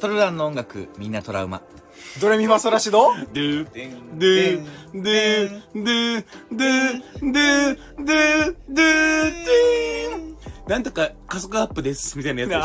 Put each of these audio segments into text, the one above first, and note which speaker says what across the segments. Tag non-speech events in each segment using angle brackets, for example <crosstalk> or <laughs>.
Speaker 1: トルランの音楽、みんなトラウマ。
Speaker 2: ドレミファソラシド
Speaker 3: ドゥ、ドゥ、ドゥ、ドゥ、ドゥ、ドゥ、ドゥ、ドゥ、なんとか加速アップです、みたいなやつでしょ。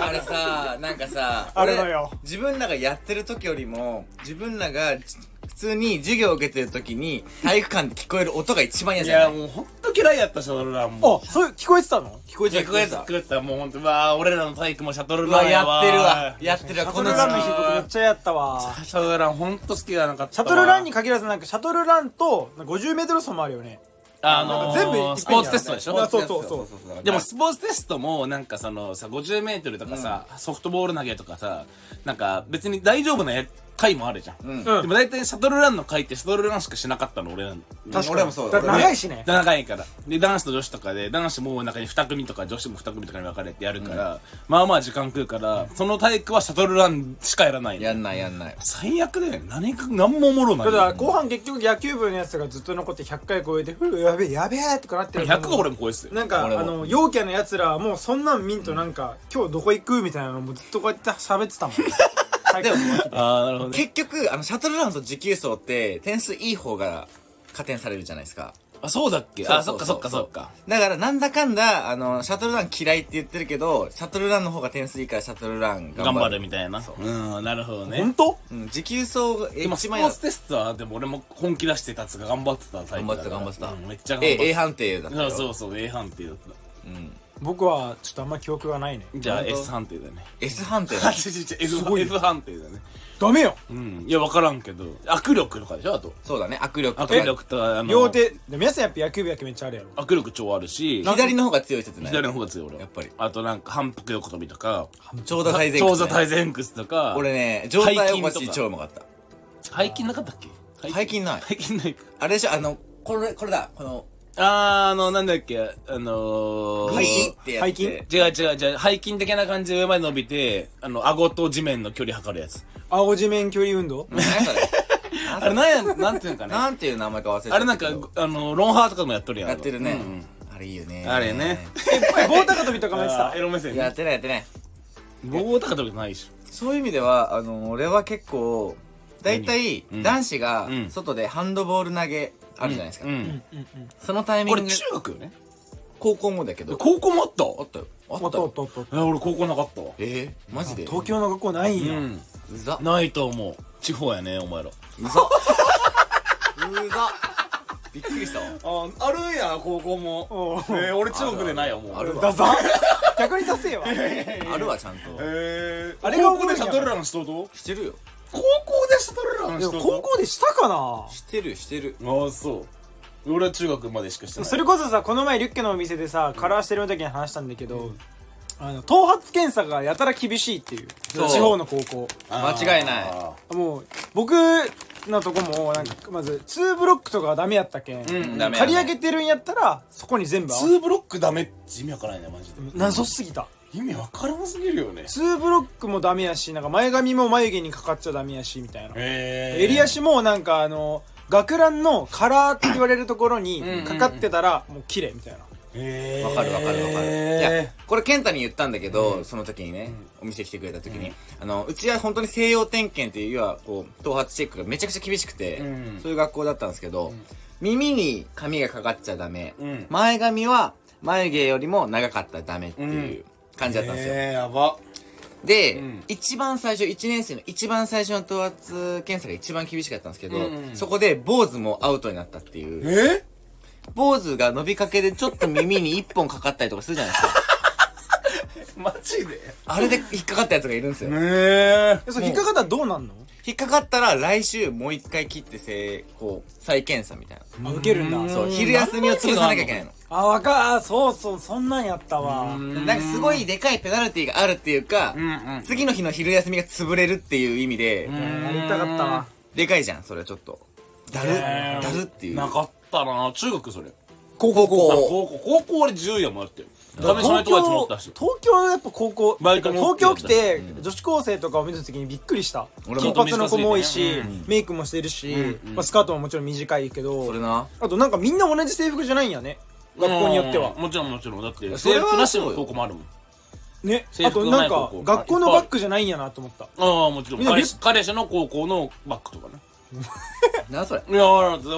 Speaker 1: <laughs>
Speaker 3: <laughs>
Speaker 1: あれさ、なんかさ、
Speaker 2: あれ
Speaker 1: 俺
Speaker 2: だよ
Speaker 1: 自分らがやってる時よりも、自分らがじ普通に授業を受けてる時に、体育館で聞こえる音が一番嫌
Speaker 3: い
Speaker 1: じゃ
Speaker 3: や、
Speaker 1: ない
Speaker 3: もうほんと嫌いやった、シャトルランも。
Speaker 2: あ、そういう、聞こえてたの
Speaker 1: 聞こえ
Speaker 3: いや、聞こえた。聞こえてた。もうほんと、わあ、俺らの体育もシャトル
Speaker 1: う
Speaker 3: ラ
Speaker 1: わ、
Speaker 3: ン
Speaker 1: や
Speaker 3: や
Speaker 1: っ
Speaker 3: わ。
Speaker 1: てるわ。やってるわ、
Speaker 2: シャ
Speaker 1: こ
Speaker 2: ト
Speaker 1: の
Speaker 2: ル
Speaker 1: 時
Speaker 2: ランの日
Speaker 1: 期。
Speaker 2: 僕めっちゃやったわ。
Speaker 3: シャトルランほんと好きがなかった。
Speaker 2: シャトルランに、限らずなんかシャトルランと50メートル走もあるよね。な
Speaker 3: あ
Speaker 2: ん
Speaker 3: の
Speaker 2: か全部いっぺんにやる
Speaker 3: ー、スポーツテストでしょ
Speaker 2: あそうそうそう
Speaker 1: う
Speaker 3: でも、スポーツテストもなんかそのさ 50m とかさ、ソフトボール投げとかさなんか別に大丈夫なや回もあるじゃん、
Speaker 1: ん
Speaker 3: でも大体シャトルランの回ってシャトルランしかしなかったの俺らの
Speaker 1: 確かに俺もそうだ
Speaker 2: だから長いしね。
Speaker 3: 長いからで男子と女子とかで男子もう中に2組とか女子も2組とかに分かれてやるから、まあまあ時間食うからその体育はシャトルランしかやらないの
Speaker 1: やんないやんない。
Speaker 3: 最悪だよね何か何もおもろない
Speaker 2: だから後半結局野球部のやつがずっと残って100回超えて、ふうやべえやべえとかなってる。
Speaker 3: 100は俺もこうですよ
Speaker 2: なんか、あ
Speaker 1: 俺も
Speaker 2: の、陽キャのやつらはもうそんなん見んとなんか、今日どこ行くみたいなのもずっとこうやって喋って
Speaker 1: <laughs>
Speaker 2: たもん。体育館の
Speaker 3: ああなるほどね
Speaker 1: 結局、あの、シャトルランと持久走って、点数いい方が加点されるじゃないですか。
Speaker 3: あそうだっけあそっかそっかそっか
Speaker 1: だから、なんだかんだ、あの、シャトルラン嫌いって言ってるけど、シャトルランの方が点数いいからシャトルラン
Speaker 3: 頑
Speaker 1: 頑
Speaker 3: 張
Speaker 1: 張
Speaker 3: る
Speaker 1: る。
Speaker 3: みたいなうんなるほどね
Speaker 2: 本当
Speaker 1: うん、持久走がえ
Speaker 3: でも
Speaker 1: 一
Speaker 3: スポ
Speaker 1: 番や
Speaker 3: ーツテストはでも俺も本気出してたやつが頑張ってたタイプだから
Speaker 1: 頑張ってた頑張ってた
Speaker 3: うんめっちゃ頑張っ
Speaker 1: A、
Speaker 3: て
Speaker 1: A 判定だった
Speaker 3: た
Speaker 1: よ。
Speaker 3: そうそうそう A 判定だった
Speaker 2: 僕はちょっとあんま記憶がないね。
Speaker 3: じゃあ
Speaker 1: 本当
Speaker 3: S 判定だね <laughs>
Speaker 1: S 判定だ
Speaker 3: あ違う違う違う F, F 判定だね
Speaker 2: ダメよ
Speaker 3: うんいや分からんけど握力とかでしょあと
Speaker 1: そうだね、握力とか
Speaker 3: 握力とかあの
Speaker 2: 両手。でも皆さんやっぱ野球部野球めっちゃあるやろ。
Speaker 3: 握力超あるし
Speaker 1: 左の方が強い説ね。
Speaker 3: 左の方が強い俺は
Speaker 1: やっぱり
Speaker 3: あとなんか反復横跳びとか
Speaker 1: 長座体前屈、
Speaker 3: 長座体前屈とか
Speaker 1: 俺ね、上体起こ
Speaker 3: 背筋
Speaker 1: し
Speaker 3: とか
Speaker 1: 超うまかった。
Speaker 3: 背筋なかったっけ
Speaker 1: 背筋ない
Speaker 3: 背筋ないか
Speaker 1: あれでしょ、あの、これ、これだ、この、
Speaker 3: あーあのなんだっけあのー
Speaker 1: グイーってやっ
Speaker 2: 背筋
Speaker 1: て。
Speaker 3: 違う違う違う、背筋的な感じで上まで伸びて、あの、顎と地面の距離測るやつ。
Speaker 2: 青地面距離運動
Speaker 3: <laughs>
Speaker 1: 何それ
Speaker 3: あれ、なんや、なんていうのかね。
Speaker 1: なんていう名前か忘れた
Speaker 3: あれなんか
Speaker 1: けど、
Speaker 3: あの、ロンハーとかもやっとるやん。
Speaker 1: やってるね
Speaker 3: うんうん。
Speaker 1: あれいいよね。
Speaker 3: あれね。
Speaker 2: え棒高跳びとかもやって
Speaker 3: あ
Speaker 2: た
Speaker 3: ーエロ目線
Speaker 1: や
Speaker 3: ね
Speaker 1: っ。てないやってない。
Speaker 3: 棒高跳びないでし
Speaker 1: そういう意味では、あの、俺は結構、大体、
Speaker 3: うん
Speaker 1: 男子が
Speaker 3: う、ん
Speaker 1: 外でハンドボール投げ、あるじゃないです
Speaker 3: ょ。
Speaker 1: か
Speaker 3: う。ん。
Speaker 1: そのタイミン
Speaker 3: 俺、
Speaker 1: グ、
Speaker 3: 中学よね。
Speaker 1: 高校もだけど。
Speaker 3: 高校もあった
Speaker 1: あったよ。あ
Speaker 2: お
Speaker 1: っ
Speaker 2: ったとおっ
Speaker 1: よ。
Speaker 2: とおっと
Speaker 3: え、俺高校なかったわ。
Speaker 1: えーマジで
Speaker 2: 東京の学校ないん
Speaker 3: う
Speaker 2: や、
Speaker 3: ん。
Speaker 1: うざ。
Speaker 3: ないと思う。地方やね、お前ら。
Speaker 1: うざ。うざ。 <laughs> びっくりしたわ。 <laughs>
Speaker 3: あ、あるんや、高校も
Speaker 2: おう
Speaker 3: えー、俺中学でないよ、もう。
Speaker 1: あるわ。
Speaker 2: だぞ逆に出せよ
Speaker 1: あるわ、ちゃんと。
Speaker 3: えー、
Speaker 2: あ
Speaker 3: あ
Speaker 2: れ
Speaker 3: れ
Speaker 2: が
Speaker 3: が
Speaker 2: お
Speaker 3: 高
Speaker 2: もろいん
Speaker 3: 校でシ
Speaker 2: や
Speaker 3: ャトルランしとると
Speaker 1: してるよ。
Speaker 3: 高校でシャトルラン
Speaker 2: で
Speaker 3: し
Speaker 2: も
Speaker 3: とる
Speaker 2: 高校でしたかな
Speaker 1: してる、してる。
Speaker 3: ああそう俺は中学までしかしてない
Speaker 2: それこそさこの前リュッケのお店でさカラーしてる時に話したんだけど、あの頭髪検査がやたら厳しいっていう
Speaker 1: そう
Speaker 2: 地方の高校
Speaker 3: あー
Speaker 1: 間違いない
Speaker 2: もう僕のとこもなんかまず2ブロックとかはダメやったけん、
Speaker 3: ん
Speaker 1: ダメや
Speaker 2: 借
Speaker 1: ね
Speaker 2: り上げてるんやったらそこに全部合わせ
Speaker 3: 2ブロックダメって意味わからないねマジで
Speaker 2: 謎すぎた
Speaker 3: 意味わからなすぎるよね
Speaker 2: 2ブロックもダメやしなんか前髪も眉毛にかかっちゃダメやしみたいな
Speaker 3: ええ
Speaker 2: 襟足もなんかあの学ランのカラーって言われるところにかかってたらもう綺麗みたいな
Speaker 3: ええ
Speaker 1: わかるわかるわかる。いや、これ健太に言ったんだけど、その時にね、お店来てくれた時に、あの、うちは本当に西洋点検っていう、要はこう、頭髪チェックがめちゃくちゃ厳しくて、
Speaker 3: うん
Speaker 1: そういう学校だったんですけど、耳に髪がかかっちゃダメ、
Speaker 3: うん
Speaker 1: 前髪は眉毛よりも長かったらダメっていう感じだったんですよ。
Speaker 3: ええやば
Speaker 1: で、
Speaker 3: ん
Speaker 1: 一番最初、一年生の一番最初の頭髪検査が一番厳しかったんですけど、
Speaker 3: うんうん
Speaker 1: そこで坊主もアウトになったっていう。
Speaker 3: え
Speaker 1: 坊主が伸びかけでちょっと耳に一本かかったりとかするじゃないですか。
Speaker 3: マジで
Speaker 1: あれで引っかかったやつがいるんですよ。
Speaker 3: ええ
Speaker 2: えそれ引っかかったらどうなんの
Speaker 1: 引っかかったら来週もう一回切ってせこう、再検査みたいな。
Speaker 2: あ受けるんだ
Speaker 1: そう、昼休みを潰さなきゃいけないの。
Speaker 2: あわかあそうそうそんなんやったわ
Speaker 1: なんかすごいでかいペナルティがあるっていうか、
Speaker 3: んうん
Speaker 1: 次の日の昼休みが潰れるっていう意味で、
Speaker 2: やりたかったわ
Speaker 1: でかいじゃん、それはちょっと。だる、だるっていう。
Speaker 3: なかったな中学それ
Speaker 1: 高校
Speaker 3: あ高校高校俺10やもらってるダメしないとやつもあったし
Speaker 2: 東京はやっぱ高校
Speaker 3: バイクも
Speaker 2: 東京来て女子高生とかを見た時にびっくりした
Speaker 1: 俺
Speaker 2: 金
Speaker 1: も
Speaker 2: 髪の子も多いし
Speaker 3: うんう
Speaker 2: メイクもしてるしまあスカートももちろん短いけ
Speaker 1: それ
Speaker 2: ど
Speaker 1: な。
Speaker 2: あとなんかみんな同じ制服じゃないんやね学校によっては
Speaker 3: うんもちろんもちろんだって
Speaker 1: それ
Speaker 3: 制
Speaker 1: は
Speaker 3: 服なしの高校もあるもん
Speaker 2: ね
Speaker 3: 制
Speaker 2: あ
Speaker 3: 服
Speaker 2: と
Speaker 3: のな
Speaker 2: ないん
Speaker 3: 高
Speaker 2: か
Speaker 3: 校
Speaker 2: 学校のバッグじゃないんやなと思った
Speaker 3: ああもちろん
Speaker 2: みんな
Speaker 3: 彼
Speaker 2: リュ
Speaker 3: 氏彼氏の高校のバッグとかね
Speaker 1: なそれ
Speaker 3: いや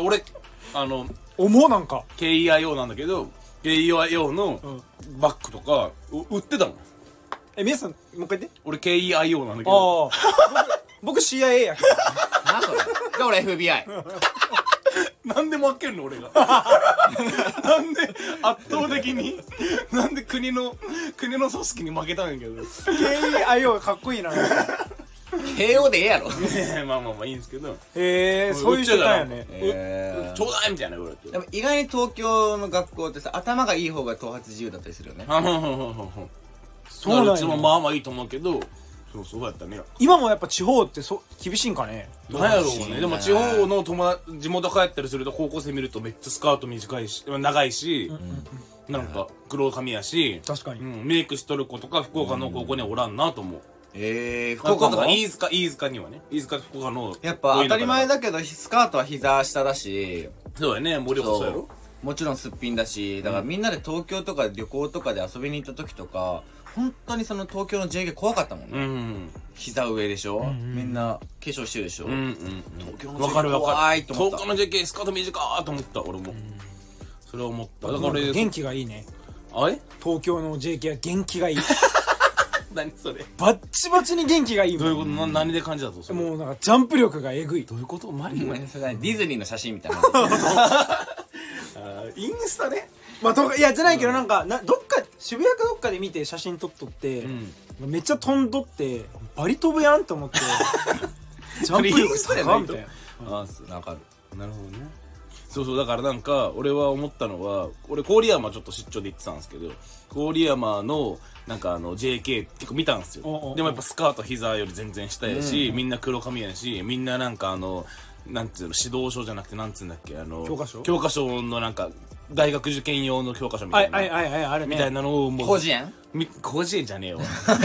Speaker 3: 俺あの
Speaker 2: 思うなんか
Speaker 3: KEIO なんだけど KEIO のバッグとかう売ってたもん
Speaker 2: え皆さんもう一回言って
Speaker 3: 俺 KEIO なんだけど
Speaker 2: ああ僕 CIA やから
Speaker 1: なそれで俺 FBI
Speaker 3: なんで負けるの俺が <laughs> なんで圧倒的になんで国の国の組織に負けたんやけど
Speaker 2: KIO かっこいいな
Speaker 1: 慶応でええやろ
Speaker 3: <laughs> まあまあまあいいんですけど
Speaker 2: へえそういう人なんやね
Speaker 1: え
Speaker 3: ちょうだいみたいな言われ
Speaker 1: <laughs>
Speaker 3: て
Speaker 1: で
Speaker 3: <laughs>
Speaker 1: も意外に東京の学校ってさ頭がいい方が頭髪自由だったりするよね
Speaker 3: あはははは
Speaker 2: そう
Speaker 3: そう
Speaker 2: なん
Speaker 3: だ
Speaker 2: や
Speaker 3: うちもまあまあいいと思うけどそうそうやったね
Speaker 2: 今もやっぱ地方ってそ厳しいんかね
Speaker 3: なんやろ
Speaker 1: どうし
Speaker 3: う
Speaker 1: よう
Speaker 3: ね
Speaker 1: ね
Speaker 3: でも地方の友達地元帰ったりすると高校生見るとめっちゃスカート短いし長いし、なんか黒髪やし、
Speaker 2: 確かに
Speaker 3: うん、メイクしとる子とか福岡の高校にはおらんなと思う
Speaker 1: えー、福
Speaker 3: 福
Speaker 1: 岡
Speaker 3: 岡
Speaker 1: も
Speaker 3: とか飯塚飯塚にはね飯塚福岡の
Speaker 1: やっぱ当たり前
Speaker 3: だ
Speaker 1: だけどスカートは膝下だし
Speaker 3: そうやね森岡そうやろ
Speaker 1: もちろんすっぴんだしだからみんなで東京とか旅行とかで遊びに行った時とか本当にその東京の JK 怖かったもんね、
Speaker 3: うん
Speaker 1: 膝上でしょ、みんな化粧してるでしょ、
Speaker 3: うんうん
Speaker 1: 東京の
Speaker 3: わかる
Speaker 1: JK
Speaker 3: わ
Speaker 1: 怖
Speaker 3: か
Speaker 1: い
Speaker 3: る
Speaker 1: と思った
Speaker 3: 東京の JK スカート短ーと思った俺もそれは思っただから俺
Speaker 2: 元気がいいね
Speaker 3: あれ
Speaker 2: 東京の JK は元気がいい <laughs>
Speaker 3: 何それ
Speaker 2: バッチバチに元気がいい
Speaker 3: どういう
Speaker 2: も
Speaker 3: ことな何で感じたとそ
Speaker 2: ん
Speaker 3: れ
Speaker 2: もうなんかジャンプ力がえぐい
Speaker 3: どういうことマリオ
Speaker 1: ごめんなさいディズニーの写真み
Speaker 3: <laughs>
Speaker 1: たいな
Speaker 3: あーインスタね
Speaker 2: まあとかいやじゃないけどなんかなどっか渋谷かどっかで見て写真撮っとって
Speaker 3: ん
Speaker 2: めっちゃ飛んどってバリ飛ぶやんと思って
Speaker 3: <laughs>
Speaker 2: ジャンプ
Speaker 3: イン
Speaker 2: 力
Speaker 3: スタや
Speaker 2: す
Speaker 3: な
Speaker 2: ご
Speaker 3: い
Speaker 2: い
Speaker 3: と
Speaker 2: みたいな
Speaker 3: あーそう
Speaker 1: なんか
Speaker 3: なるほどねそうそうだからなんか俺は思ったのは俺郡山ちょっと出張で行ってたんですけど郡山のなんかあの JK 結構見たんですよ
Speaker 2: おうおうおう
Speaker 3: でもやっぱスカート膝より全然下やし、みんな黒髪やしみんななんかあのなんつうの指導書じゃなくてなんつうんだっけあの
Speaker 2: 教科書
Speaker 3: 教科書のなんか大学受験用の教科書み
Speaker 2: あ
Speaker 3: た
Speaker 2: い
Speaker 3: いな
Speaker 2: あいあいあいあれ
Speaker 3: みたい
Speaker 2: ね
Speaker 3: なのをもう
Speaker 1: 広辞苑
Speaker 3: み広辞苑じゃねえよ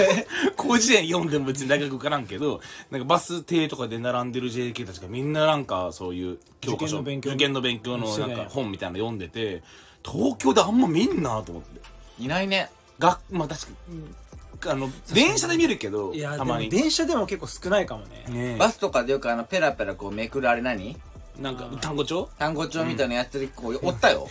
Speaker 3: <laughs> 広辞苑読んでも別に大学受からんけどなんかバス停とかで並んでる JK たちがみんななんかそういう教科書
Speaker 2: 受験の勉強
Speaker 3: 受験の勉強の
Speaker 2: して
Speaker 3: な
Speaker 2: たん
Speaker 3: ん
Speaker 2: や
Speaker 3: か本みたいなの読んでて東京であんま見んなと思って
Speaker 1: いないね
Speaker 3: がまあ確かにあの電車で見るけど
Speaker 2: いや
Speaker 3: た
Speaker 2: で
Speaker 3: ま
Speaker 2: も
Speaker 3: に
Speaker 2: 電車でも結構少ないかもね
Speaker 3: ね
Speaker 1: バスとかでよくあのペラペラこうめくるあれ何
Speaker 3: えなんか単語帳
Speaker 1: 単語帳みたいなのやってる子おったよ、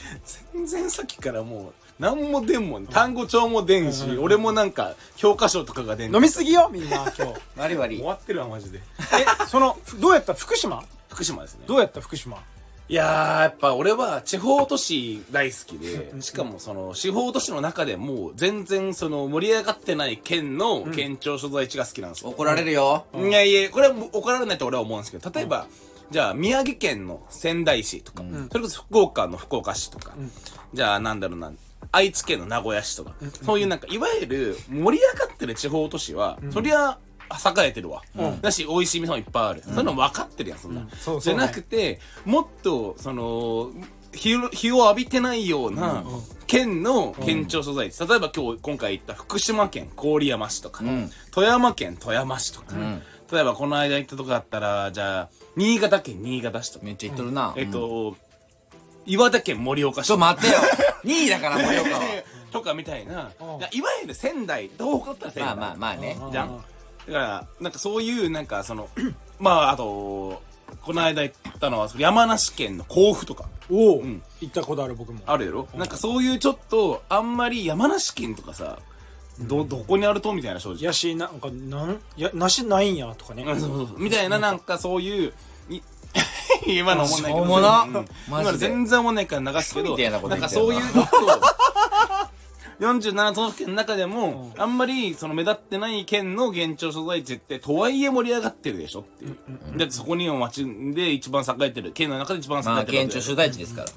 Speaker 3: 全然さっきからもうなんも出んもん単語帳も出んし俺もなんか教科書とかが出ん
Speaker 2: 飲みすぎよみんな
Speaker 3: <laughs>
Speaker 2: 今日
Speaker 1: 割り割
Speaker 3: 終
Speaker 1: り
Speaker 3: わってるわマジで
Speaker 2: えそのどうやった福島
Speaker 3: 福島ですね
Speaker 2: どうやった福島
Speaker 3: いやー、やっぱ俺は地方都市大好きで、しかもその地方都市の中でもう全然その盛り上がってない県の県庁所在地が好きなんですよ。
Speaker 1: 怒られるよ、
Speaker 3: いやいや、これはもう怒られないと俺は思うんですけど、例えば、じゃあ宮城県の仙台市とか、それこそ福岡の福岡市とか、じゃあなんだろうな、愛知県の名古屋市とか、そういうなんか、いわゆる盛り上がってる地方都市は、そりゃ、栄えてるわ、だし美味しい店もいっぱいある、そういうの分かってるやんそんな、
Speaker 2: そう
Speaker 3: じ
Speaker 2: そ
Speaker 3: ゃ
Speaker 2: うね
Speaker 3: なくてもっとその日を日を浴びてないような県の県庁所在地、例えば今日今回行った福島県郡山市とか、
Speaker 1: ん
Speaker 3: 富山県富山市とか、
Speaker 1: ん
Speaker 3: 例えばこの間行ったとこだったらじゃあ新潟県新潟市とか、
Speaker 1: めっちゃ言っとるな、
Speaker 3: えっと、岩手県盛岡市
Speaker 1: ちょ
Speaker 3: とか
Speaker 1: 待って
Speaker 3: <laughs>
Speaker 1: よ2位だから盛岡は
Speaker 3: とかみたいな、
Speaker 2: うん
Speaker 3: いやいわゆる仙台東北だったら
Speaker 1: まあ
Speaker 3: 仙台
Speaker 1: まあまあね
Speaker 2: うん
Speaker 3: じゃんだからなんかそういうなんかその <clears throat> まああとこの間行ったのは山梨県の甲府とか
Speaker 2: おお、
Speaker 3: ん
Speaker 2: 行ったことある僕も
Speaker 3: あるやろなんかそういうちょっとあんまり山梨県とかさどどこにあるとみたいな正直
Speaker 2: やしなんかなんやなしないんやとかね、
Speaker 3: うんそうそうそうみたいななんかそういうい <laughs> 今の思んないけ
Speaker 1: しょ
Speaker 3: ど
Speaker 1: うもな
Speaker 3: うん
Speaker 1: マジで
Speaker 3: 今の全然思んないから流すけど
Speaker 1: クソみたいなこと
Speaker 3: な
Speaker 1: 言
Speaker 3: んか
Speaker 1: ってん
Speaker 3: そう
Speaker 1: な
Speaker 3: いうちょっと47都道府県の中でも、あんまりその目立ってない県の現庁所在地ってとはいえ盛り上がってるでしょっていう、だってそこには町で一番栄えてる県の中で一番栄えてる
Speaker 1: ま
Speaker 3: わ
Speaker 1: あ
Speaker 3: けだよ
Speaker 1: 県庁所在地ですから、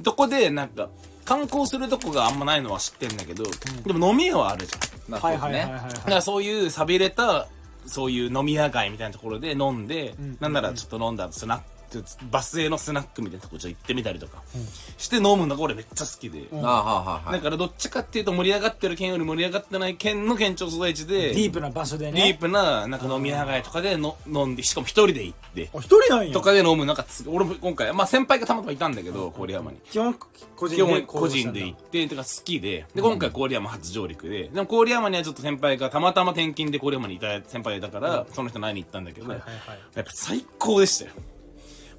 Speaker 3: どこでなんか観光するとこがあんまないのは知ってんだけど、でも飲み屋はあるじゃん
Speaker 1: まあ
Speaker 2: はい
Speaker 1: そう
Speaker 2: はい
Speaker 1: です
Speaker 2: はいはい、
Speaker 1: ね
Speaker 2: はい
Speaker 3: だからそういう寂れたそういう飲み屋街みたいなところで飲んで、なんならちょっと飲んだスナッバスへのスナックみたいなとこちょっと行ってみたりとか、して飲むのが俺めっちゃ好きで、
Speaker 1: ああ、はあ、はあ。
Speaker 3: だからどっちかっていうと盛り上がってる県より盛り上がってない県の県庁所在地で
Speaker 2: ディープな場所で
Speaker 3: ディー
Speaker 2: ね
Speaker 3: プななんか飲みながらとかでの飲んでしかも一人で行って
Speaker 2: あ一人なんや
Speaker 3: とかで飲むなんかつ俺も今回まあ先輩がたまたまいたんだけど郡山に
Speaker 2: 基本個人
Speaker 3: 基
Speaker 2: で
Speaker 3: 本個人で行ってとか好きでで今回郡山初上陸ででも郡山にはちょっと先輩がたまたま転勤で郡山にいた先輩だからその人に会いに行ったんだけどやっ
Speaker 2: はいはい
Speaker 3: ぱ最高でしたよ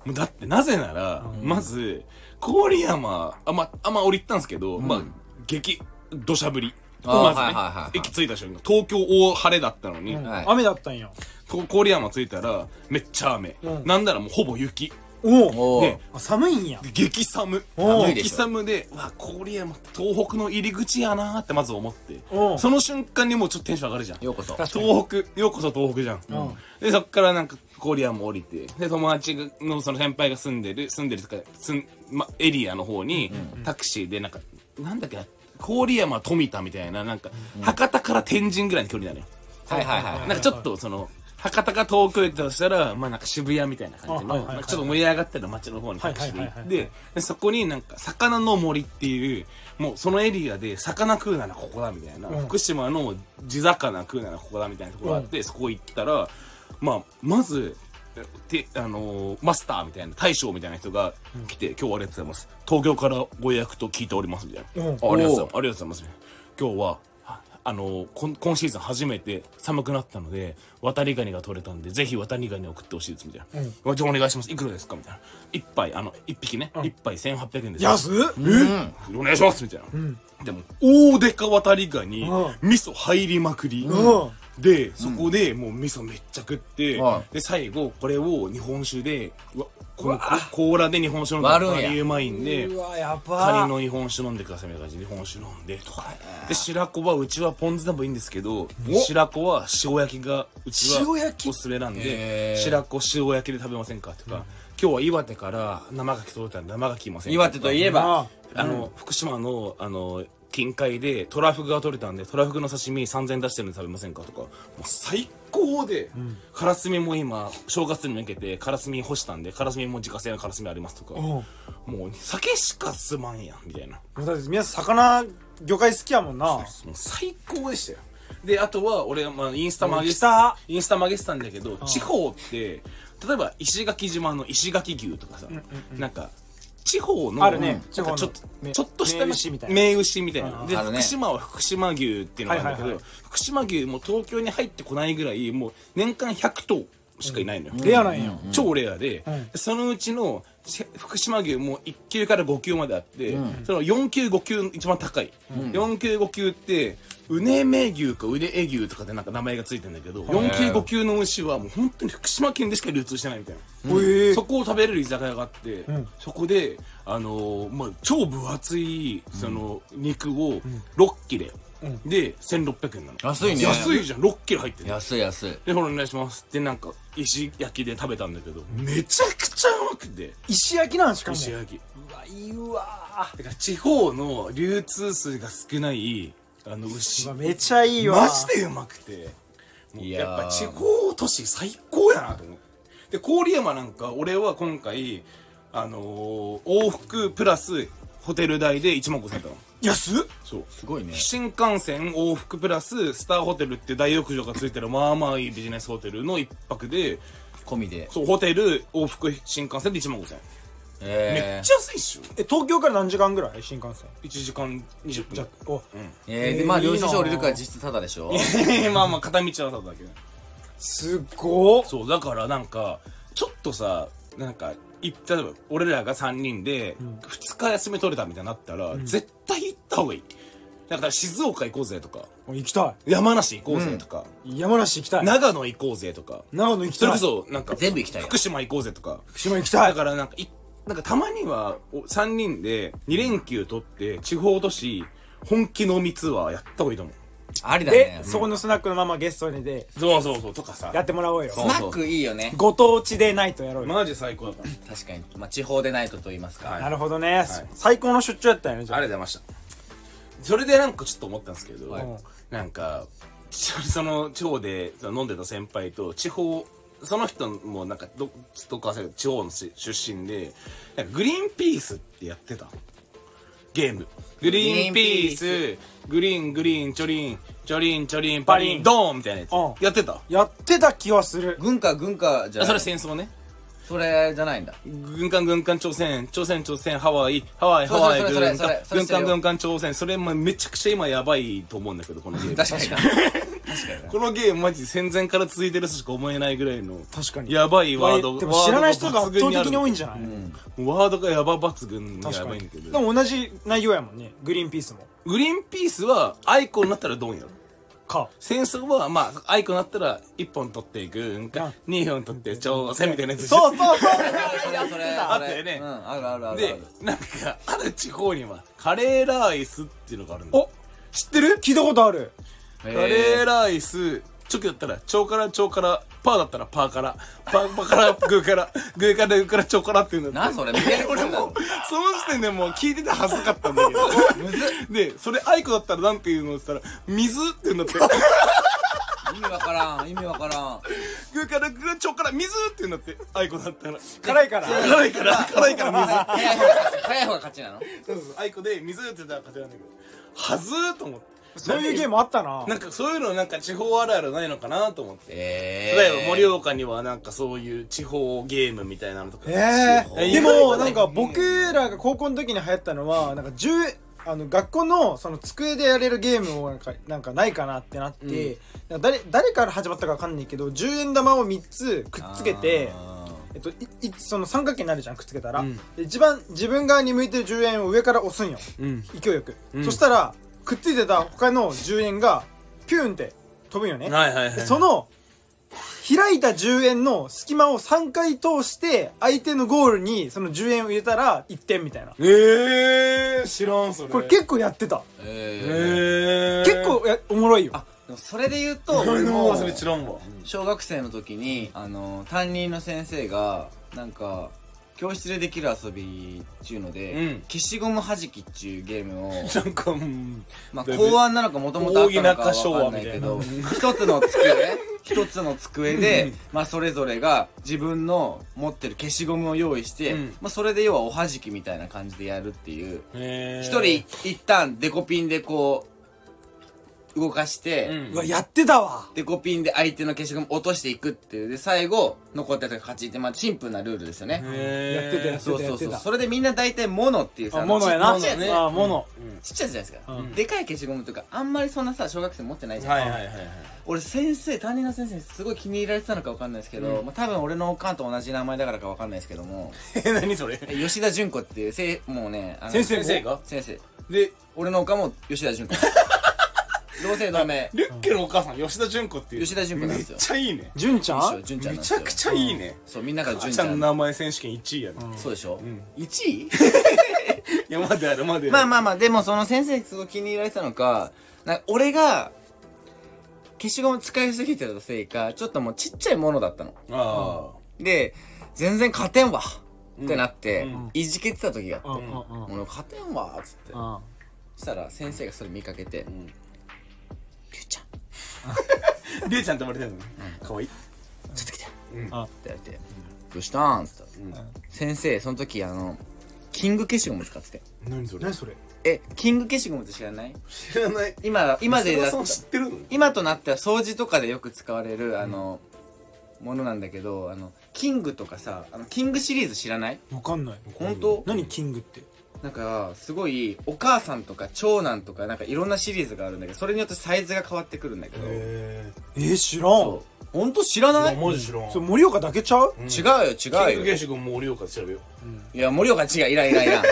Speaker 3: もうだってなぜならまず郡山あまあまあ俺行ったんですけどまあ激土砂降り
Speaker 1: あー
Speaker 3: まず
Speaker 1: はいはいはいはい
Speaker 3: ね駅着いた瞬間東京大晴れだったのに
Speaker 1: はい
Speaker 2: 雨だったんや
Speaker 3: こ郡山着いたらめっちゃ雨、
Speaker 2: うん
Speaker 3: なんならもうほぼ雪
Speaker 2: おお
Speaker 1: おー
Speaker 3: ね
Speaker 2: 寒いんや
Speaker 3: 激寒
Speaker 2: おう
Speaker 3: 激寒でうわ郡山って東北の入り口やなーってまず思って
Speaker 2: おう
Speaker 3: その瞬間にもうちょっとテンション上がるじゃん
Speaker 1: ようこそ。
Speaker 2: 確かに
Speaker 3: 東北ようこそ東北じゃん、
Speaker 2: うん
Speaker 3: でそっからなんか郡山降りてで友達のその先輩が住んでる住んでるとか住ん、ま、エリアの方にタクシーでなんかなんだっけな郡山富田みたいななんか博多から天神ぐらいの距離なのよ、
Speaker 1: はいはいはい。
Speaker 3: なんかちょっとその、博多が東京駅だとしたら、まあなんか渋谷みたいな感じ
Speaker 2: あはい
Speaker 3: の、
Speaker 2: はいはい
Speaker 3: なんかちょっと盛り上がってる街の方にタクシーで行
Speaker 2: はい
Speaker 3: っ
Speaker 2: はいはい
Speaker 3: て、でそこになんか魚の森っていう、もうそのエリアで魚食うならここだみたいな、
Speaker 2: うん
Speaker 3: 福島の地魚食うならここだみたいなところがあって、そこ行ったら、まあ、まず、てあのーマスターみたいな大将みたいな人が来て、今日はありがとうございます東京からご予約と聞いておりますみたいな、
Speaker 2: うん
Speaker 3: あありがとうございます。ありがとうございます。今日は、ああの、今今シーズン初めて寒くなったので、渡りガニが取れたんで、ぜひ渡りガニを送ってほしいです、みたいな。うん、じゃあお願いします。いくらですかみたいな。一杯、あの、一匹ね、一杯1800円です。
Speaker 2: 安っえ
Speaker 3: お願いしますみたいな。でも、大デカ渡りガニ、
Speaker 2: う
Speaker 3: 味噌入りまくり。
Speaker 2: うん
Speaker 3: で、そこでもう味噌めっちゃ食って、
Speaker 1: は
Speaker 3: で、最後、これを日本酒で、うわ、このココーラで日本酒飲んだ
Speaker 1: 割るん
Speaker 3: ら
Speaker 1: や
Speaker 3: バリうまいんで、
Speaker 2: うわや
Speaker 3: カ
Speaker 2: ば
Speaker 3: ニの日本酒飲んでくださいみたいな感じで日本酒飲んでとかで白子はうちはポン酢でもいいんですけど白子は塩焼きがうちは
Speaker 2: 塩焼き
Speaker 3: おすすめなん
Speaker 1: へ
Speaker 3: で
Speaker 1: ー
Speaker 3: 白子塩焼きで食べませんかとか今日は岩手から生牡蠣届いたら生牡蠣いませんか
Speaker 1: 岩手といえば、
Speaker 3: あの福島のあの近海でトラフグが取れたんでトラフグの刺身3000出してるんで食べませんかとかもう最高で、カラスミも今正月に向けてカラスミ干したんでカラスミも自家製のカラスミありますとか
Speaker 2: うん
Speaker 3: もう酒しかすまんやんみたいな
Speaker 2: だって皆さん魚魚介好きやもんな
Speaker 3: もう最高でしたよであとは俺、まあ、インスタも上げて
Speaker 2: もう来た
Speaker 3: インスタも上げてたんだけど地方って例えば石垣島の石垣牛とかさ、なんか地方の
Speaker 2: あるね
Speaker 3: なんか
Speaker 2: 地方の
Speaker 3: ちょっ
Speaker 2: ね
Speaker 3: とちょっとした
Speaker 2: 名牛みたいな
Speaker 3: 名牛みたいなで
Speaker 1: あるね
Speaker 3: 福島は福島牛っていうのがあるんだけど、
Speaker 2: はいはいは
Speaker 3: 福島牛も東京に入ってこないぐらいもう年間100頭しかいないのよ、
Speaker 2: レアなんや
Speaker 3: 超レアで、そのうちのし福島牛も1級から5級まであって、その4級5級の一番高い、4級5級ってうねめ牛かうねえ牛とかでなんか名前がついてんだけど、4級5級の牛はもう本当に福島県でしか流通してないみたいな、
Speaker 2: ええ
Speaker 3: そこを食べれる居酒屋があって、そこで、あのーまあ、超分厚いその肉を6切れ、で1600円なの
Speaker 1: 安いね
Speaker 3: 安いじゃん6切れ入ってる
Speaker 1: 安い安い。
Speaker 3: で、これお願いしますって、なんか、石焼きで食べたんだけど、めちゃくちゃうまくて、
Speaker 2: 石焼きなんしかも
Speaker 3: 石焼き。
Speaker 2: うわいいわ
Speaker 3: だから地方の流通数が少ない、あの、牛。
Speaker 2: うわ
Speaker 3: マ
Speaker 2: めちゃいいわ
Speaker 3: ジでうまくて、もう
Speaker 1: いやー
Speaker 3: やっぱ地方都市最高やなと思って。で、郡山なんか、俺は今回、あのー往復プラスホテル代で1万5000円だの。
Speaker 2: 安っ
Speaker 3: そう。
Speaker 1: すごいね。
Speaker 3: 新幹線往復プラススターホテルって大浴場がついてるまあまあいいビジネスホテルの一泊で
Speaker 1: 込みで。
Speaker 3: そう、ホテル、往復新幹線で1万5000円。め
Speaker 1: え
Speaker 3: っちゃ安いっしょ。
Speaker 2: え東京から何時間ぐらい新幹線
Speaker 3: 1時間20分。
Speaker 2: じゃお
Speaker 1: え。え
Speaker 2: え
Speaker 1: え
Speaker 2: ー
Speaker 1: で、まあ、
Speaker 2: いいな
Speaker 1: 領収書降りるから実質タダでしょ
Speaker 3: <laughs> まあまあ、片道はただだけど。
Speaker 2: すっごっ
Speaker 3: そう、だからなんか、ちょっとさ、なんか、い例えば、俺らが3人で、2日休み取れたみたいになったら、絶対行った方がいい。だから静岡行こうぜとか、
Speaker 2: もう行きた
Speaker 3: 山梨行こうぜとか、
Speaker 2: い山梨行きたい
Speaker 3: 長野行こうぜとか、
Speaker 2: 長野行き
Speaker 3: それ
Speaker 2: た
Speaker 3: こ
Speaker 2: い
Speaker 3: そ、なんか、
Speaker 1: 全部行きたいよ
Speaker 3: 福島行こうぜとか、
Speaker 2: 福島行きた
Speaker 3: だ
Speaker 2: い
Speaker 3: からなんかいなんかたまにはお3人で2連休取って地方都市本気のみツアーやった方がいいと思う
Speaker 1: ありだ
Speaker 2: で
Speaker 1: ね。うん
Speaker 2: そこのスナックのままゲストにで
Speaker 3: そうそうそうとかさ
Speaker 2: やってもらおうよ
Speaker 1: スナックいいよね。
Speaker 2: ご当地でナイトやろうよ
Speaker 3: マジ最高だからあり
Speaker 1: 確かに。まあ、地方でないとと言いますか。
Speaker 3: はい
Speaker 2: なるほどね最高の出張やったよねじゃ
Speaker 3: がとうございましたそれでなんかちょっと思ったんですけど、
Speaker 2: い
Speaker 3: なんかちょその地方でその飲んでた先輩と地方その人もなんかどちょっとかせる地方のし出身でなんかグリーンピースってやってたゲームグリーンピー
Speaker 1: グリ
Speaker 3: スグリーングリーンチョリンチョリンチョリンパリンドーンみたいなやつ
Speaker 2: うん
Speaker 3: やってた
Speaker 2: やってた気はする
Speaker 1: 軍歌、軍歌じゃな
Speaker 3: あ
Speaker 1: い。
Speaker 3: それ戦争ね
Speaker 1: それじゃないんだ。
Speaker 3: 軍艦軍艦朝鮮朝鮮朝鮮ハワイハワイハ
Speaker 1: そう
Speaker 3: ワイ
Speaker 1: それ
Speaker 3: 軍
Speaker 1: それ
Speaker 3: 艦
Speaker 1: それそれ
Speaker 3: 軍
Speaker 1: それ
Speaker 3: 艦軍艦朝鮮それまめちゃくちゃ今やばいと思うんだけどこのゲーム
Speaker 1: 確かに。 <laughs> 確かにな。
Speaker 3: このゲームマジ戦前から続いてるとしか思えないぐらいの
Speaker 2: 確かに
Speaker 3: やばいワード
Speaker 2: でも知らない人が
Speaker 3: ワー
Speaker 2: 圧
Speaker 3: ド抜
Speaker 2: 倒
Speaker 3: 群にある
Speaker 2: 的に多いんじゃない、
Speaker 3: ワードがやば抜群に
Speaker 2: 確
Speaker 3: や
Speaker 2: か
Speaker 3: ばい
Speaker 2: に
Speaker 3: んだけ
Speaker 2: で
Speaker 3: ど
Speaker 2: も同じ内容やもんねグリーンピースも
Speaker 3: グリーンピースはアイコンになったらどんやろ
Speaker 2: か
Speaker 3: 戦争はまあアイコンになったら1本取って軍艦
Speaker 2: う
Speaker 3: 2本取って朝鮮みたいなやつ
Speaker 2: そうそうそう
Speaker 1: いや、それ、
Speaker 3: あった
Speaker 1: それ
Speaker 3: よね
Speaker 1: うん、あるあるあるある。
Speaker 3: でなんかある地方にはカレーライスっていうのがあるの
Speaker 2: <laughs> お知ってる聞いたことある
Speaker 1: へー、
Speaker 3: カレーライス、チョキだったら、チョーからチョーから、パーだったらパーから、パーパーから、グーから、グーからグーからチョーからっていうんだ
Speaker 1: な、
Speaker 3: って。
Speaker 1: それ、見えるこれも。
Speaker 3: その時点でもう聞いてて恥ずかったんだけど。で、それアイコだったらなんて言うのって言ったら、水って言うんだって。
Speaker 1: 意味わからん、意味わからん。
Speaker 3: グーからグーからチョーから水って言うんだって。アイコだったら。
Speaker 2: 辛いから
Speaker 3: 辛いから、辛いから水。
Speaker 1: 早い方が早い方が勝ちなの
Speaker 3: そうそう、アイコで水って言ったら勝ちなんだけど。はずーと思って。
Speaker 2: そういうゲームあった <laughs> な
Speaker 3: なんかそういうのなんか地方あるあるないのかなと思って。
Speaker 1: え
Speaker 3: 例えば盛岡にはなんかそういう地方ゲームみたいなのとか
Speaker 2: え
Speaker 1: 地
Speaker 2: ー
Speaker 1: 方
Speaker 2: でもなんか僕らが高校の時に流行ったのはなんか十あの学校のその机でやれるゲームをなんかなんかないかなってなって、なんか誰誰から始まったかわかんないけど10円玉を3つくっつけて
Speaker 1: あ
Speaker 2: えっと、いいその三角形になるじゃんくっつけたら、で一番自分側に向いてる10円を上から押すんよ、
Speaker 3: ん
Speaker 2: 勢いよく、そしたらくっついてた他の10円がピューンって飛ぶんよね、
Speaker 3: はいはいはい
Speaker 2: でその開いた10円の隙間を3回通して相手のゴールにその10円を入れたら1点みたいな
Speaker 3: ええー、知らんそれ
Speaker 2: これ結構やってた、
Speaker 1: ーえー
Speaker 3: えー、
Speaker 2: 結構やおもろいよ
Speaker 1: あでもそれで言うと俺
Speaker 3: 俺
Speaker 1: も
Speaker 3: もそれ知らんわ
Speaker 1: 小学生の時にあの担任の先生がなんか教室でできる遊びっちゅうので、
Speaker 3: うん
Speaker 1: 消しゴムはじきっちゅうゲームを、
Speaker 3: なんかうん
Speaker 1: まあ、
Speaker 3: だいぶ
Speaker 1: 考案なのかもともとあったのかわ
Speaker 3: 大
Speaker 1: かん
Speaker 3: 田
Speaker 1: ない
Speaker 3: 中
Speaker 1: け
Speaker 3: 昭
Speaker 1: ど
Speaker 3: 和
Speaker 1: 一つの机 <laughs> 一つの机で、 <laughs> まあ、それぞれが自分の持ってる消しゴムを用意して、
Speaker 3: うん
Speaker 1: まあ、それで要はおはじきみたいな感じでやるっていう
Speaker 3: えー
Speaker 1: 一人一旦デコピンでこう動かして、
Speaker 3: うん
Speaker 2: うわやってたわ
Speaker 1: デコピンで相手の消しゴム落としていくっていうで最後残ったやつが勝ちってまあシンプルなルールですよね、
Speaker 2: や
Speaker 3: えー
Speaker 2: ってたやつ
Speaker 1: そうそう
Speaker 2: やって
Speaker 1: そう
Speaker 2: た
Speaker 1: それでみんな大体モノっていうさ
Speaker 2: あモノやな
Speaker 1: ちっちゃいやつ
Speaker 2: あモノ、
Speaker 1: ちっちゃいやつじゃないですか、
Speaker 2: うん
Speaker 1: でかい消しゴムとかあんまりそんなさ小学生持ってないじゃん、
Speaker 3: はいはいはいはい
Speaker 1: 俺先生担任の先生にすごい気に入られてたのかわかんないですけど、まあ、多分俺のおかんと同じ名前だからかわかんないですけども
Speaker 3: えー、何それ
Speaker 1: 吉田純子っていうせいもうねあの
Speaker 2: 先生も
Speaker 3: が
Speaker 1: 先生
Speaker 3: で
Speaker 1: 俺のおかんも吉田純子同姓同名
Speaker 3: リュッケのお母さん吉田純子っていう
Speaker 1: 吉田純子なんですよ
Speaker 3: めっちゃいいね
Speaker 2: 純ちゃ
Speaker 1: 一緒
Speaker 2: ん
Speaker 1: 純ちゃんな
Speaker 3: め
Speaker 1: んです
Speaker 3: ち
Speaker 1: よ
Speaker 3: ゃくちゃいいね
Speaker 1: そうみんなから
Speaker 3: あ
Speaker 1: 純
Speaker 3: ち
Speaker 1: ち
Speaker 3: ゃ
Speaker 1: ゃ
Speaker 3: んの
Speaker 1: ん
Speaker 3: 名前選手権1位やな、い
Speaker 1: そうでしょ、うん1位
Speaker 3: やまであるまで
Speaker 1: まあ
Speaker 3: あ
Speaker 1: まあまあでもその先生にすごい気に入られてたのかなんか俺が消しゴム使いすぎてたせいかちょっともうちっちゃいものだったの
Speaker 3: あ
Speaker 1: で全然勝てんわってなって、
Speaker 3: うん
Speaker 1: いじけてた時があっ
Speaker 2: うん
Speaker 1: て、
Speaker 2: うんうん
Speaker 1: 俺勝てんわっつって
Speaker 2: うん
Speaker 1: そしたら先生がそれ見かけて「りゅ
Speaker 3: ん
Speaker 1: うちゃん
Speaker 3: ーりゅうちゃんと呼ばれてるのねかわいい
Speaker 1: ちょっと来て」
Speaker 3: うん
Speaker 1: って言われて「どうしたん?」っつったら、先生その時あのキング消しゴム使ってて
Speaker 3: 何それ
Speaker 2: 何それ
Speaker 1: えキング消しゴムって知らない
Speaker 3: 知らない
Speaker 1: 今今でだ
Speaker 3: そもそも知ってるの
Speaker 1: 今となっては掃除とかでよく使われるあの、ものなんだけどあのキングとかさあのキングシリーズ知らない
Speaker 2: わかんない
Speaker 1: 本当
Speaker 2: 何キングって
Speaker 1: なんかすごいお母さんとか長男とかなんかいろんなシリーズがあるんだけどそれによってサイズが変わってくるんだけど
Speaker 3: え
Speaker 2: えー、知らん
Speaker 1: そう本当知らない、違
Speaker 3: マジ知らん
Speaker 2: それ盛岡だけちゃう
Speaker 1: うよ
Speaker 3: キン
Speaker 1: 違
Speaker 3: グ
Speaker 1: うよ
Speaker 3: ゲシ君も盛岡で調べよ
Speaker 1: いや盛岡違ういらんいらんいら
Speaker 3: <laughs>
Speaker 1: ん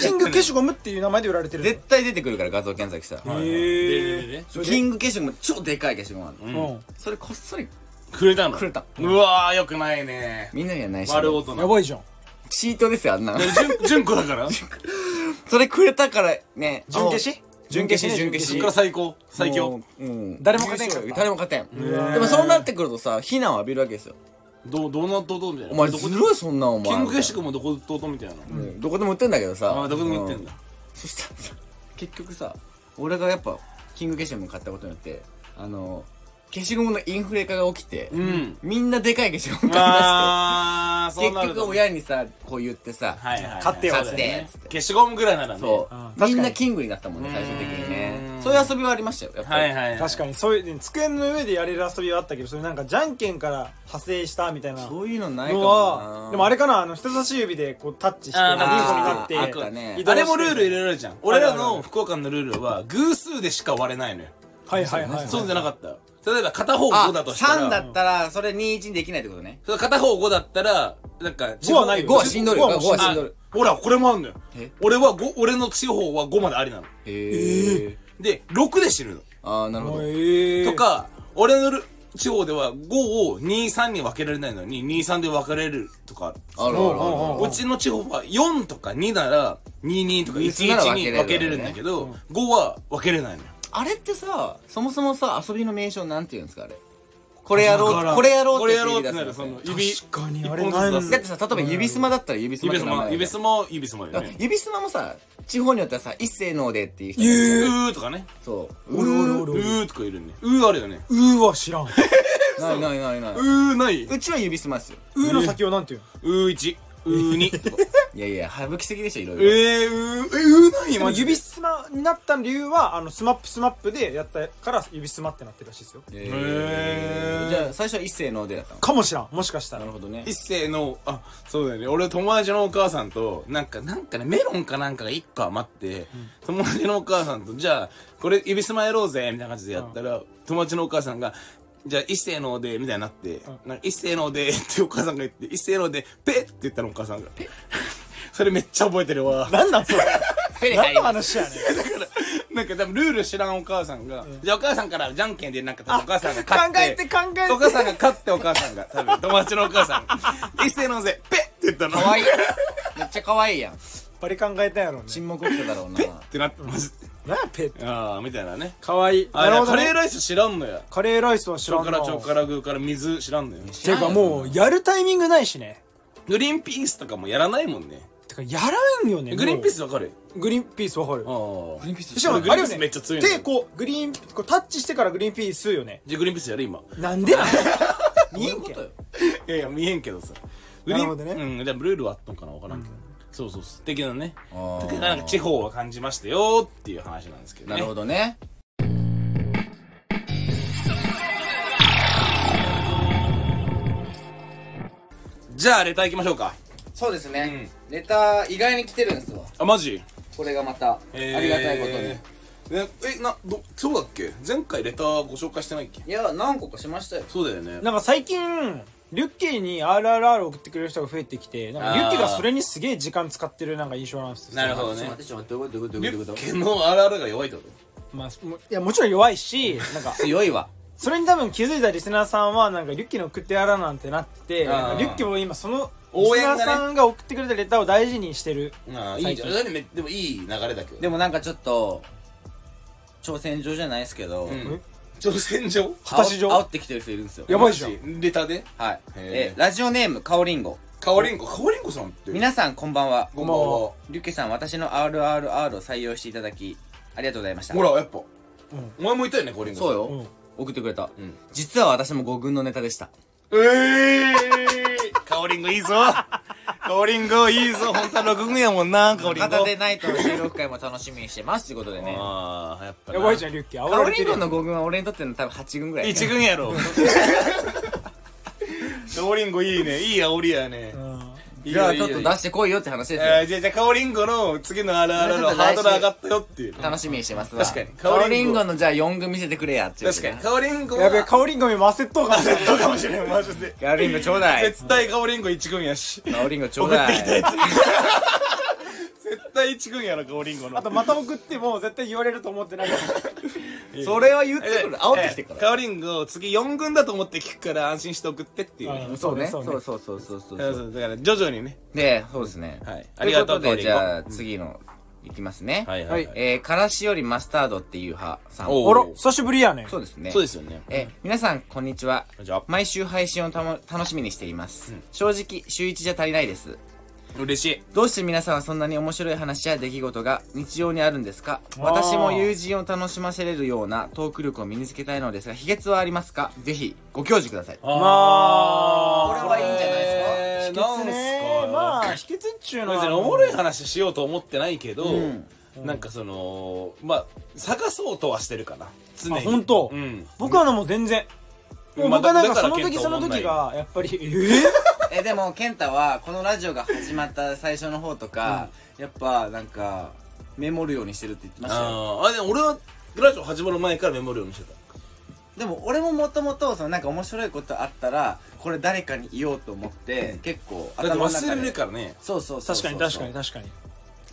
Speaker 2: キング消しゴムっていう名前で売られてる
Speaker 1: 絶対出てくるから画像検索した
Speaker 3: う。
Speaker 1: ら
Speaker 2: へー
Speaker 3: ででで
Speaker 1: キング消しゴム超でかい消しゴムあるの、
Speaker 2: う
Speaker 3: うん
Speaker 2: ん
Speaker 1: それこっそり
Speaker 3: くれたの
Speaker 1: くれた
Speaker 3: うわー、よくないね。
Speaker 1: みんなには内緒
Speaker 3: 丸
Speaker 1: で
Speaker 3: 大人。
Speaker 2: やばいじゃん
Speaker 1: チートですよあんなの
Speaker 3: 純純子だ
Speaker 1: <laughs>
Speaker 3: から。
Speaker 1: それくれたからね
Speaker 2: 準決し
Speaker 1: 準決し準決
Speaker 3: そ
Speaker 1: し
Speaker 3: っから最高。最強。
Speaker 1: うん
Speaker 2: 誰も勝てんかった
Speaker 1: 誰も勝てんでもそうなってくるとさ非難を浴びるわけですよ
Speaker 3: どう、どうなっとうとみたいな。
Speaker 1: お前
Speaker 3: どこ
Speaker 1: ず
Speaker 3: で
Speaker 1: るいそんなお
Speaker 3: キ
Speaker 1: 前
Speaker 3: ングゲシ君もどこでとうとみたいな。
Speaker 1: うんどこでも売ってんだけどさ
Speaker 3: ああ、どこでも言ってんだ
Speaker 1: う。そしたらさ結局さ俺がやっぱキングゲシム買ったことによってあの消しゴムのインフレ化が起きて、
Speaker 3: ん
Speaker 1: みんなでかい消しゴム買い出して
Speaker 3: ま
Speaker 1: <laughs>
Speaker 3: あ、そうな
Speaker 1: 結
Speaker 3: ると
Speaker 1: 局親にさこう言ってさ、
Speaker 3: はいはいはい。
Speaker 2: 勝ってよ
Speaker 1: 勝ってっつって
Speaker 3: 消しゴムぐらいならね。
Speaker 1: そ
Speaker 2: うん確
Speaker 1: う
Speaker 2: かに
Speaker 1: みんなキングになったもんね最終的にね
Speaker 3: うん
Speaker 1: そういう遊びはありましたよやっぱ
Speaker 3: は
Speaker 1: り、
Speaker 3: いはいはい。
Speaker 2: 確かにそういう机の上でやれる遊びはあったけどそれなんかじゃんけんから派生したみたいな
Speaker 1: そういうのないか
Speaker 2: の
Speaker 1: も
Speaker 2: は
Speaker 1: な
Speaker 2: でもあれかなあの人差し指でこうタッチして
Speaker 3: あ
Speaker 2: 2
Speaker 3: ー
Speaker 2: 個
Speaker 3: なんか
Speaker 2: になって
Speaker 1: あーあ
Speaker 2: 移
Speaker 1: ったね
Speaker 2: 動して
Speaker 3: あれもルールいろいろあるじゃん。俺ら
Speaker 2: はいはいは
Speaker 3: の
Speaker 2: い
Speaker 3: 福岡のルールは偶数でしか割れないのよ。
Speaker 2: はいはいはいはい
Speaker 3: そうじゃなかった。例えば片方
Speaker 1: あ
Speaker 3: 5だとしたら。
Speaker 1: 3だったらそれ21にできないってことね
Speaker 3: そう片方5だったら、なんか、
Speaker 2: 5はない
Speaker 1: 5はしんどいよ
Speaker 2: 5は
Speaker 1: 5はしん
Speaker 3: あ
Speaker 1: どい
Speaker 3: ほら、これもあんのよ
Speaker 1: え。
Speaker 3: 俺は5、俺の地方は5までありなの。
Speaker 1: へえ
Speaker 3: で、6で死ぬの。
Speaker 1: ああなるほど
Speaker 2: ええ
Speaker 3: とか、俺のる地方では5を2、3に分けられないのに、2、3で分かれるとかある。
Speaker 1: あるあるあるある
Speaker 2: うん
Speaker 3: うちの地方は4とか2なら、22とか
Speaker 1: 2なら
Speaker 3: 11
Speaker 1: 分け
Speaker 3: に
Speaker 1: れる
Speaker 3: 分けれるんだけど、5は分けれないのよ。
Speaker 1: あれってさそもそもさ遊びの名称なんて言うんですかあれこれやろ
Speaker 3: だから
Speaker 1: うこれやろう
Speaker 3: これやろうって
Speaker 1: 言い出
Speaker 3: な
Speaker 1: す
Speaker 3: る。そ
Speaker 1: の
Speaker 3: の指。
Speaker 2: 確かにあれ
Speaker 3: 一本ずつ出す
Speaker 2: ない
Speaker 1: だってさ例えば指すまだったら指すま
Speaker 3: 指すま、指すま、指すまだよね。
Speaker 1: 指すまもさ地方によってはさ一斉のでっていう人
Speaker 3: う
Speaker 2: 言う
Speaker 3: ーとかね。
Speaker 1: そう
Speaker 2: おるおるお
Speaker 3: う
Speaker 2: るおる
Speaker 3: ーとかいるね。うーあるよね。
Speaker 2: うーは知らんう
Speaker 1: ないないないないう
Speaker 3: ーないう
Speaker 1: ちは指すまですよ
Speaker 2: ーの先をなんていうの
Speaker 3: うー1、うー2とか。 <laughs>
Speaker 1: いやいや省きすぎでしょいろいろ
Speaker 3: えー、うー、え、うーない
Speaker 2: でも
Speaker 3: マジで
Speaker 2: 指すまになった理由はあのスマップスマップでやったから指すまってなってるらしいですよ
Speaker 1: へ
Speaker 3: へー
Speaker 1: ーじゃあ最初は一斉のでだったの
Speaker 2: かもしらんもしかしたら
Speaker 1: なるほどね
Speaker 3: 一世の、あ、そうだよね。俺友達のお母さんと、なんか、なんかね、メロンかなんかが一個余って、友達のお母さんと、じゃあ、これ、指すまやろうぜ、みたいな感じでやったら、友達のお母さんが、じゃあ、一世ので、みたいになって、なんか一世ので、ってお母さんが言って、一世ので、ペッって言ったのお母さんが。 <laughs> それめっちゃ覚えてるわ。
Speaker 2: なんなんそれ
Speaker 1: ペレ入
Speaker 2: 何の
Speaker 1: り
Speaker 2: 話やねん
Speaker 3: なんか多分ルール知らんお母さんが、じゃあお母さんからじゃんけんでなんか多分お母さんが
Speaker 2: 考
Speaker 3: 勝って。
Speaker 2: えて考えて
Speaker 3: お母さんが勝ってお母さんが、多分友達のお母さ
Speaker 2: <laughs>
Speaker 3: ん。一斉のぜ、ペッって言ったの。
Speaker 1: かわいい
Speaker 3: ペッ
Speaker 1: めっちゃかわいいやん
Speaker 2: バリ考えたんやろうね
Speaker 1: 沈黙起きただろうな
Speaker 3: ってなってます。
Speaker 2: 何やペット
Speaker 3: ああ、みたいなね。
Speaker 2: かわいい
Speaker 3: あ
Speaker 2: なるほど
Speaker 3: カレー
Speaker 2: ね
Speaker 3: ライス知らんのや。
Speaker 2: カレーライスは知
Speaker 3: ちょ
Speaker 2: らん
Speaker 3: か
Speaker 2: な
Speaker 3: らちょからぐーから水知らんのよ。
Speaker 2: ていうかもうやるタイミングないしね
Speaker 3: グリーンピースとかもやらないもんね。
Speaker 2: てかやらんよね
Speaker 3: グリーンピー
Speaker 2: ス
Speaker 3: スわかる
Speaker 2: グリーンピースわかる
Speaker 3: ああ。
Speaker 2: しかも
Speaker 3: グリ
Speaker 2: あ
Speaker 3: ー
Speaker 2: れよ
Speaker 3: ンピース
Speaker 2: ね
Speaker 3: めっちゃ強いの
Speaker 2: 手こうグリーンこうタッチしてからグリーンピース吸うよね
Speaker 3: じゃあグリーンピースやる今。
Speaker 2: なんでなん見え
Speaker 1: どうんいうこ
Speaker 2: け
Speaker 1: とよ
Speaker 3: いやいや、見えんけどさ。
Speaker 2: なるほどね
Speaker 3: うん、でもルールはあったのかなわからんけど。そうそうそう、的なね。
Speaker 1: あー
Speaker 3: 的ななんか地方は感じましたよっていう話なんですけどね。
Speaker 1: なるほどね
Speaker 3: じゃあ、レター行きましょうか。
Speaker 1: そうですねネタ意外に来てるんですわ
Speaker 3: あ、マジ
Speaker 1: これがまたあ
Speaker 3: えー
Speaker 1: りがたいことに
Speaker 3: ねえ、な、ど、そうだっけ前回レターご紹介してないっけ
Speaker 1: いや何個かしましたよ
Speaker 3: そうだよね。
Speaker 2: なんか最近リュッケーに RRR 送ってくれる人が増えてきてなんかリュッケーがそれにすげえ時間使ってるなんか印象なんですよ
Speaker 3: なるほど
Speaker 1: ちょっ
Speaker 3: ね
Speaker 1: と待っ。てちょっと待ってどういうことどう
Speaker 3: リ
Speaker 1: いうこ
Speaker 3: ュ
Speaker 1: とど
Speaker 3: ッ
Speaker 1: ういうこ
Speaker 3: ケのあるあるが弱いってこ
Speaker 2: まあ、もいやもちろん弱いしなんか
Speaker 1: と強いわ
Speaker 2: それに多分気づいたリスナーさんはなんかリュッキーの送ってやらなんてなってて
Speaker 3: あー
Speaker 2: なんかリュッキーも今そのリ
Speaker 3: 応
Speaker 2: ス
Speaker 3: 援が
Speaker 2: ナ
Speaker 3: ね
Speaker 2: ーさんが送ってくれたレターを大事にしてる
Speaker 3: とああ、いいじゃん。
Speaker 2: 最
Speaker 3: それめでもいい流れだけど。
Speaker 1: でもなんかちょっと挑戦状じゃないですけど
Speaker 3: うん
Speaker 2: え
Speaker 3: 挑戦状
Speaker 2: 果たし状
Speaker 1: 煽煽ってきてる人いるんですよ
Speaker 2: やばいじゃん
Speaker 3: ん。レターで
Speaker 1: はい
Speaker 3: へ
Speaker 1: え
Speaker 3: ー
Speaker 1: ラジオネームかおりんご
Speaker 3: かわりんこ、かわりんこさんって。
Speaker 1: 皆さんこんばんは
Speaker 3: こんばんは
Speaker 2: こ
Speaker 1: リュッケさん私の RRR を採用していただきありがとうございました
Speaker 3: ほら、やっぱ。お前もいたよね、かわりんこ。
Speaker 1: そうよ、
Speaker 2: うん
Speaker 1: 送ってくれた、
Speaker 3: ん
Speaker 1: 実は私も五軍のネタでした
Speaker 3: ええー、カオリンゴいいぞカオリンゴいいぞ本当は6軍やもんな、カオリンゴ。
Speaker 1: 片手ナイトの収録会も楽しみにしてますということでね
Speaker 3: ああ、やっぱな。
Speaker 2: やばいじゃんリュッキー煽
Speaker 1: カ
Speaker 2: ら
Speaker 1: オ
Speaker 2: れ
Speaker 1: リ
Speaker 2: て
Speaker 1: ン
Speaker 2: る
Speaker 1: ゴの五軍は俺にとっての多分八軍ぐらい
Speaker 3: 一軍やろ。カオリンゴいいね。 <laughs> いい煽りやね。いい
Speaker 1: じゃ
Speaker 3: よ
Speaker 1: あ
Speaker 3: いい
Speaker 1: ちょ
Speaker 3: よ
Speaker 1: っと出してこいよって話ですよ、
Speaker 3: えーじゃあ、じゃあ、カオリンゴの次のあるあるのハードル上がったよっていう。
Speaker 1: 楽しみにしてますわ
Speaker 3: 確かに
Speaker 1: カオリン
Speaker 3: カオリ
Speaker 1: ゴのじゃあ四軍見せてくれやっていう
Speaker 3: 確かに、カオリンゴは
Speaker 2: やべえカオリンゴにも焦っとうかな
Speaker 3: そうかもしれん、マジで。
Speaker 1: カオリンゴちょうだい
Speaker 3: 絶対カオリンゴ1軍やし。
Speaker 1: カオリンゴちょう
Speaker 3: 送っ
Speaker 1: だ
Speaker 3: て
Speaker 1: い
Speaker 3: きたやつ。絶対1軍やろ、カオリンゴの。
Speaker 2: あとまた送っても絶対言われると思ってないから
Speaker 1: それは言って
Speaker 3: え
Speaker 1: くる煽ってきて
Speaker 3: え
Speaker 1: か
Speaker 3: え
Speaker 1: ら、
Speaker 3: カオリンゴ、次4軍だと思って聞くから安心して送ってっていうね。
Speaker 2: うん
Speaker 1: そうねそ
Speaker 2: そううね
Speaker 1: そうそうそうそう
Speaker 3: そうそうだから徐々にね。
Speaker 1: でそうですね、
Speaker 3: はいあ
Speaker 1: あ
Speaker 3: り
Speaker 1: り
Speaker 3: が
Speaker 1: がと
Speaker 3: と
Speaker 1: う
Speaker 3: うカ
Speaker 1: こ
Speaker 3: オ
Speaker 1: と
Speaker 3: リ
Speaker 1: で
Speaker 3: ンゴ
Speaker 1: じゃあ次のいきますね
Speaker 3: はい
Speaker 2: はいはい
Speaker 1: えー、からしよりマスタードっていう派さん。
Speaker 3: おう
Speaker 2: あら久しぶりやね
Speaker 1: そうですね。
Speaker 3: そうですよね。
Speaker 1: えー、皆さん、こんにちは
Speaker 3: こんにちは。
Speaker 1: 毎週配信をたも楽しみにしています。正直、週1じゃ足りないです。
Speaker 3: 嬉しい
Speaker 1: どうして皆さんはそんなに面白い話や出来事が日常にあるんですか私も友人を楽しませれるようなトーク力を身につけたいのですが秘訣はありますかぜひご教示ください
Speaker 3: ま
Speaker 2: あ
Speaker 1: これはいいんじゃないですか
Speaker 3: ですか
Speaker 2: 秘訣ねまあ秘訣っちゅうの
Speaker 3: 別に
Speaker 2: は
Speaker 3: おもろい話しようと思ってないけど、
Speaker 1: ん
Speaker 3: なんかそのまあ探そうとはしてるかな常
Speaker 2: あ
Speaker 3: に
Speaker 2: 本当、
Speaker 3: うん
Speaker 2: 僕はのもう全然、もう
Speaker 3: まあ
Speaker 2: 僕はなんか
Speaker 3: だ
Speaker 2: そ
Speaker 3: だ
Speaker 2: の
Speaker 3: ら
Speaker 2: 時
Speaker 3: 健
Speaker 2: そ
Speaker 3: 闘
Speaker 2: の
Speaker 3: 問題
Speaker 2: 時がやっぱりえ
Speaker 1: えでも健太はこのラジオが始まった最初の方とか、やっぱなんかメモるようにしてるって言ってましたよ
Speaker 3: あーあでも俺はラジオ始まる前からメモるようにしてた
Speaker 1: でも俺ももともとそのなんか面白いことあったらこれ誰かに言おうと思って、結構
Speaker 3: だっ
Speaker 1: 頭
Speaker 3: て
Speaker 1: の中で
Speaker 3: 忘れるからね
Speaker 1: そうそうそう
Speaker 2: 確
Speaker 1: そ
Speaker 2: か
Speaker 1: う
Speaker 2: に確かに確かに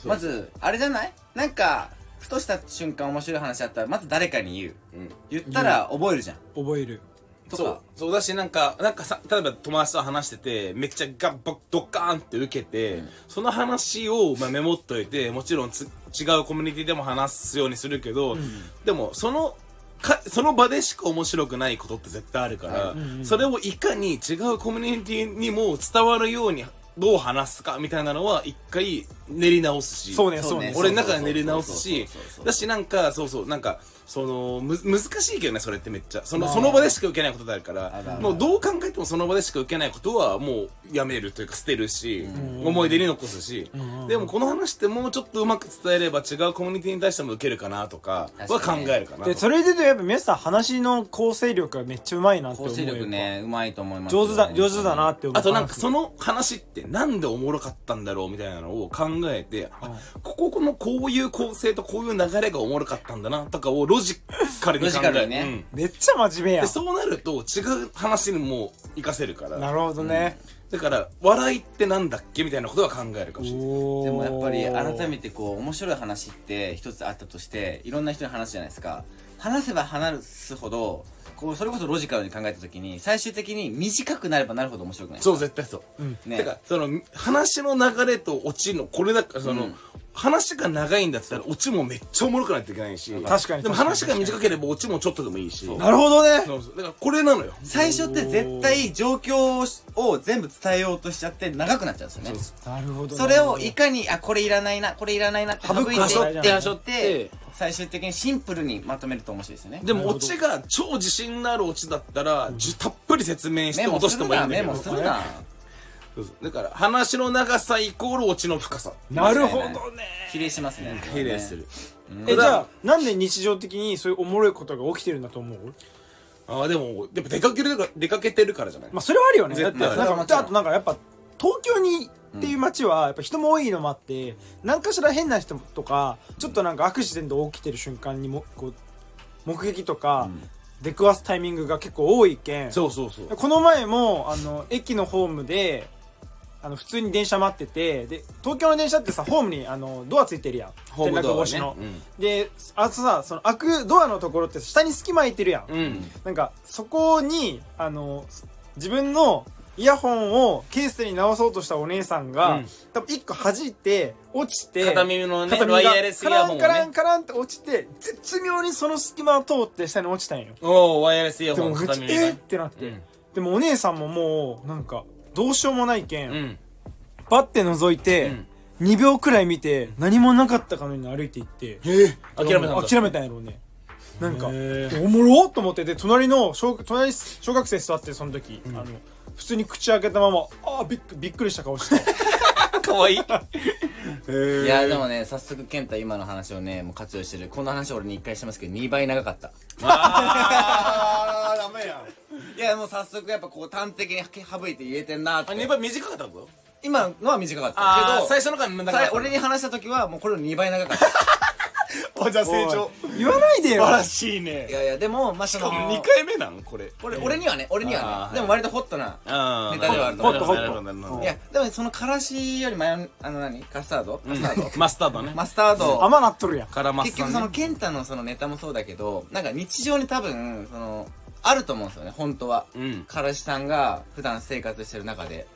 Speaker 1: まずあれじゃないなんかふとした瞬間面白い話あったらまず誰かに言う
Speaker 3: うん
Speaker 1: 言ったら覚えるじゃん、
Speaker 2: 覚える
Speaker 1: と
Speaker 3: そ
Speaker 1: か
Speaker 3: うそうだしなんかなんかさ例えば友達と話しててめっちゃガッバドッカーンって受けて、その話を、まあ、メモっといてもちろんつ違うコミュニティでも話すようにするけど、でもそのかその場でしか面白くないことって絶対あるから、それをいかに違うコミュニティにも伝わるようにどう話すかみたいなのは一回練り直すし
Speaker 2: そうねそうね
Speaker 3: 俺の中で練り直す
Speaker 1: そう
Speaker 3: し
Speaker 1: そうそうそうそうそう
Speaker 3: だしなんかそうそうなんかそのむ難しいけどねそれってめっちゃその
Speaker 2: まあ
Speaker 3: その場でしか受けないことであるか
Speaker 1: あるあ
Speaker 3: ら
Speaker 1: る
Speaker 3: もうどう考えてもその場でしか受けないことはもうやめるというか捨てるし思い出に残すしでもこの話ってもうちょっとうまく伝えれば違うコミュニティに対しても受けるかなとか
Speaker 1: 確
Speaker 3: は考
Speaker 1: かに
Speaker 3: えるかな
Speaker 2: でそれで言うとやっぱ皆さん話の構成力がめっちゃうまいなって思
Speaker 1: 構
Speaker 2: う
Speaker 1: 成力ねうまいと思いますよ
Speaker 2: 上手だ上手だなって思う
Speaker 3: あとなんかその話ってなんでおもろかったんだろうみたいなのを考えて、あこここのこういう構成とこういう流れがおもろかったんだなとかをロジカルに
Speaker 1: ロ
Speaker 3: 考え
Speaker 1: ジカ
Speaker 3: る
Speaker 1: ルにね
Speaker 3: うん
Speaker 2: めっちゃ真面目や
Speaker 3: でそうなると違う話にも活かせるから
Speaker 2: なるほどね、
Speaker 3: だから笑いってなんだっけみたいなことは考えるかもしれない
Speaker 2: おー
Speaker 1: でもやっぱり改めてこう面白い話って一つあったとしていろんな人に話すじゃないですか話せば話すほどこうそれこそロジカルに考えた時に最終的に短くなればなるほど面白くない
Speaker 3: そう絶対そう、
Speaker 1: ね
Speaker 3: てかその話の流れとオチのこれだからその、話が長いんだったらオチもめっちゃおもろくないといけないし
Speaker 2: 確かに
Speaker 3: でも
Speaker 2: 確かに
Speaker 3: 話が短ければオチもちょっとでもいいしそう
Speaker 2: なるほどね
Speaker 3: そうだからこれなのよ
Speaker 1: 最初って絶対状況を全部伝えようとしちゃって長くなっちゃうんですよね
Speaker 2: なるほど
Speaker 1: それをいかにあこれいらないなこれいらないなって省いて
Speaker 2: 省く
Speaker 1: いって
Speaker 2: 省って
Speaker 1: 省って最終的にシンプルにまとめると面白いですよね
Speaker 3: でもオチが超自信のあるオチだったら、じゅたっぷり説明して
Speaker 1: メ
Speaker 3: 落
Speaker 1: モ
Speaker 3: と
Speaker 1: す
Speaker 3: して
Speaker 1: る
Speaker 3: もいい
Speaker 1: なん
Speaker 3: だ
Speaker 1: メ
Speaker 3: けど
Speaker 1: モするな
Speaker 3: そうそうだから話の長さイコールオチの深さ
Speaker 2: なるほどね
Speaker 1: 比例しますね
Speaker 3: 比例する、
Speaker 2: えじゃあなんで日常的にそういうおもろいことが起きてるんだと思う
Speaker 3: ああでもやっぱ出かけてるから出かけてるからじゃない、
Speaker 2: まあそれはあるよねだっ
Speaker 3: 絶
Speaker 2: て
Speaker 3: 対
Speaker 2: なん
Speaker 1: それは
Speaker 2: か
Speaker 1: もちろん
Speaker 2: あとなんかやっぱ東京にっていう街はやっぱ人も多いのもあって何かしら変な人とかちょっとなんかアクシデント起きてる瞬間にもこう目撃とか出くわすタイミングが結構多いけん
Speaker 3: そうそうそう
Speaker 2: この前もあの駅のホームであの普通に電車待っててで東京の電車ってさホームにあのドアついてるやん
Speaker 3: ホームドアね
Speaker 2: 転落防止の、
Speaker 3: うん
Speaker 2: であとさその開くドアのところって下に隙間空いてるやん、
Speaker 3: うん
Speaker 2: なんかそこにあの自分のイヤホンをケースに直そうとしたお姉さんが、
Speaker 3: うん
Speaker 2: 多分一個弾いて落ちて
Speaker 3: 片耳のね
Speaker 2: 片が
Speaker 3: ワイヤレスイヤホンをね
Speaker 2: カランカランカランって落ちて絶妙にその隙間を通って下に落ちたんよ
Speaker 3: おおワイヤレスイヤ
Speaker 2: で
Speaker 3: ホン
Speaker 2: も
Speaker 3: の
Speaker 2: う
Speaker 3: 片
Speaker 2: ち
Speaker 3: 耳が
Speaker 2: えっってなって、
Speaker 3: うん
Speaker 2: でもお姉さんももうなんかどうしようもないけん、
Speaker 3: うん
Speaker 2: バッて覗いて、2秒くらい見て何もなかったかのように歩いていって
Speaker 3: えー、諦めたんだ
Speaker 2: 諦めたんやろうねなんかお
Speaker 3: へー
Speaker 2: もろっと思ってて隣の小隣小学生座ってその時、あの普通に口開けたままあーびっくびっくりした顔して
Speaker 3: <laughs> たかわいい
Speaker 1: いやでもね早速健太今の話をねもう活用してるこの話俺に1回してますけど2倍長かった
Speaker 3: あーダメやん
Speaker 1: いやもう早速やっぱこう端的に省いて言えてんなっ
Speaker 3: あ2
Speaker 1: て
Speaker 3: 倍短かったぞ
Speaker 1: 今のは短かった
Speaker 3: あ
Speaker 1: けど
Speaker 3: ー最初の間長かっ
Speaker 1: さ
Speaker 3: た
Speaker 1: 俺に話した時はもうこれの2倍長かった
Speaker 3: あじゃあ成
Speaker 2: おい言わないで
Speaker 3: 素
Speaker 2: よ
Speaker 3: 晴らしいね
Speaker 1: いやいやでもまあその
Speaker 3: 2回目なんこれ
Speaker 1: 俺俺にはね俺に
Speaker 3: あー
Speaker 1: は
Speaker 3: は
Speaker 1: ね
Speaker 3: い
Speaker 1: でも割とホットな
Speaker 3: あ
Speaker 1: ネタではあると
Speaker 2: 思うホットホット
Speaker 1: いやでもそのからしよりマヨあの何カスタードカスタード
Speaker 3: マスタードね
Speaker 1: マスタード
Speaker 2: 甘なっとるやん
Speaker 3: からマス
Speaker 1: 結
Speaker 3: ター
Speaker 1: 局
Speaker 3: ド
Speaker 1: その健太のそのネタもそうだけどなんか日常に多分そのあると思うんですよね本当は
Speaker 3: うん
Speaker 1: からしさんが普段生活してる中で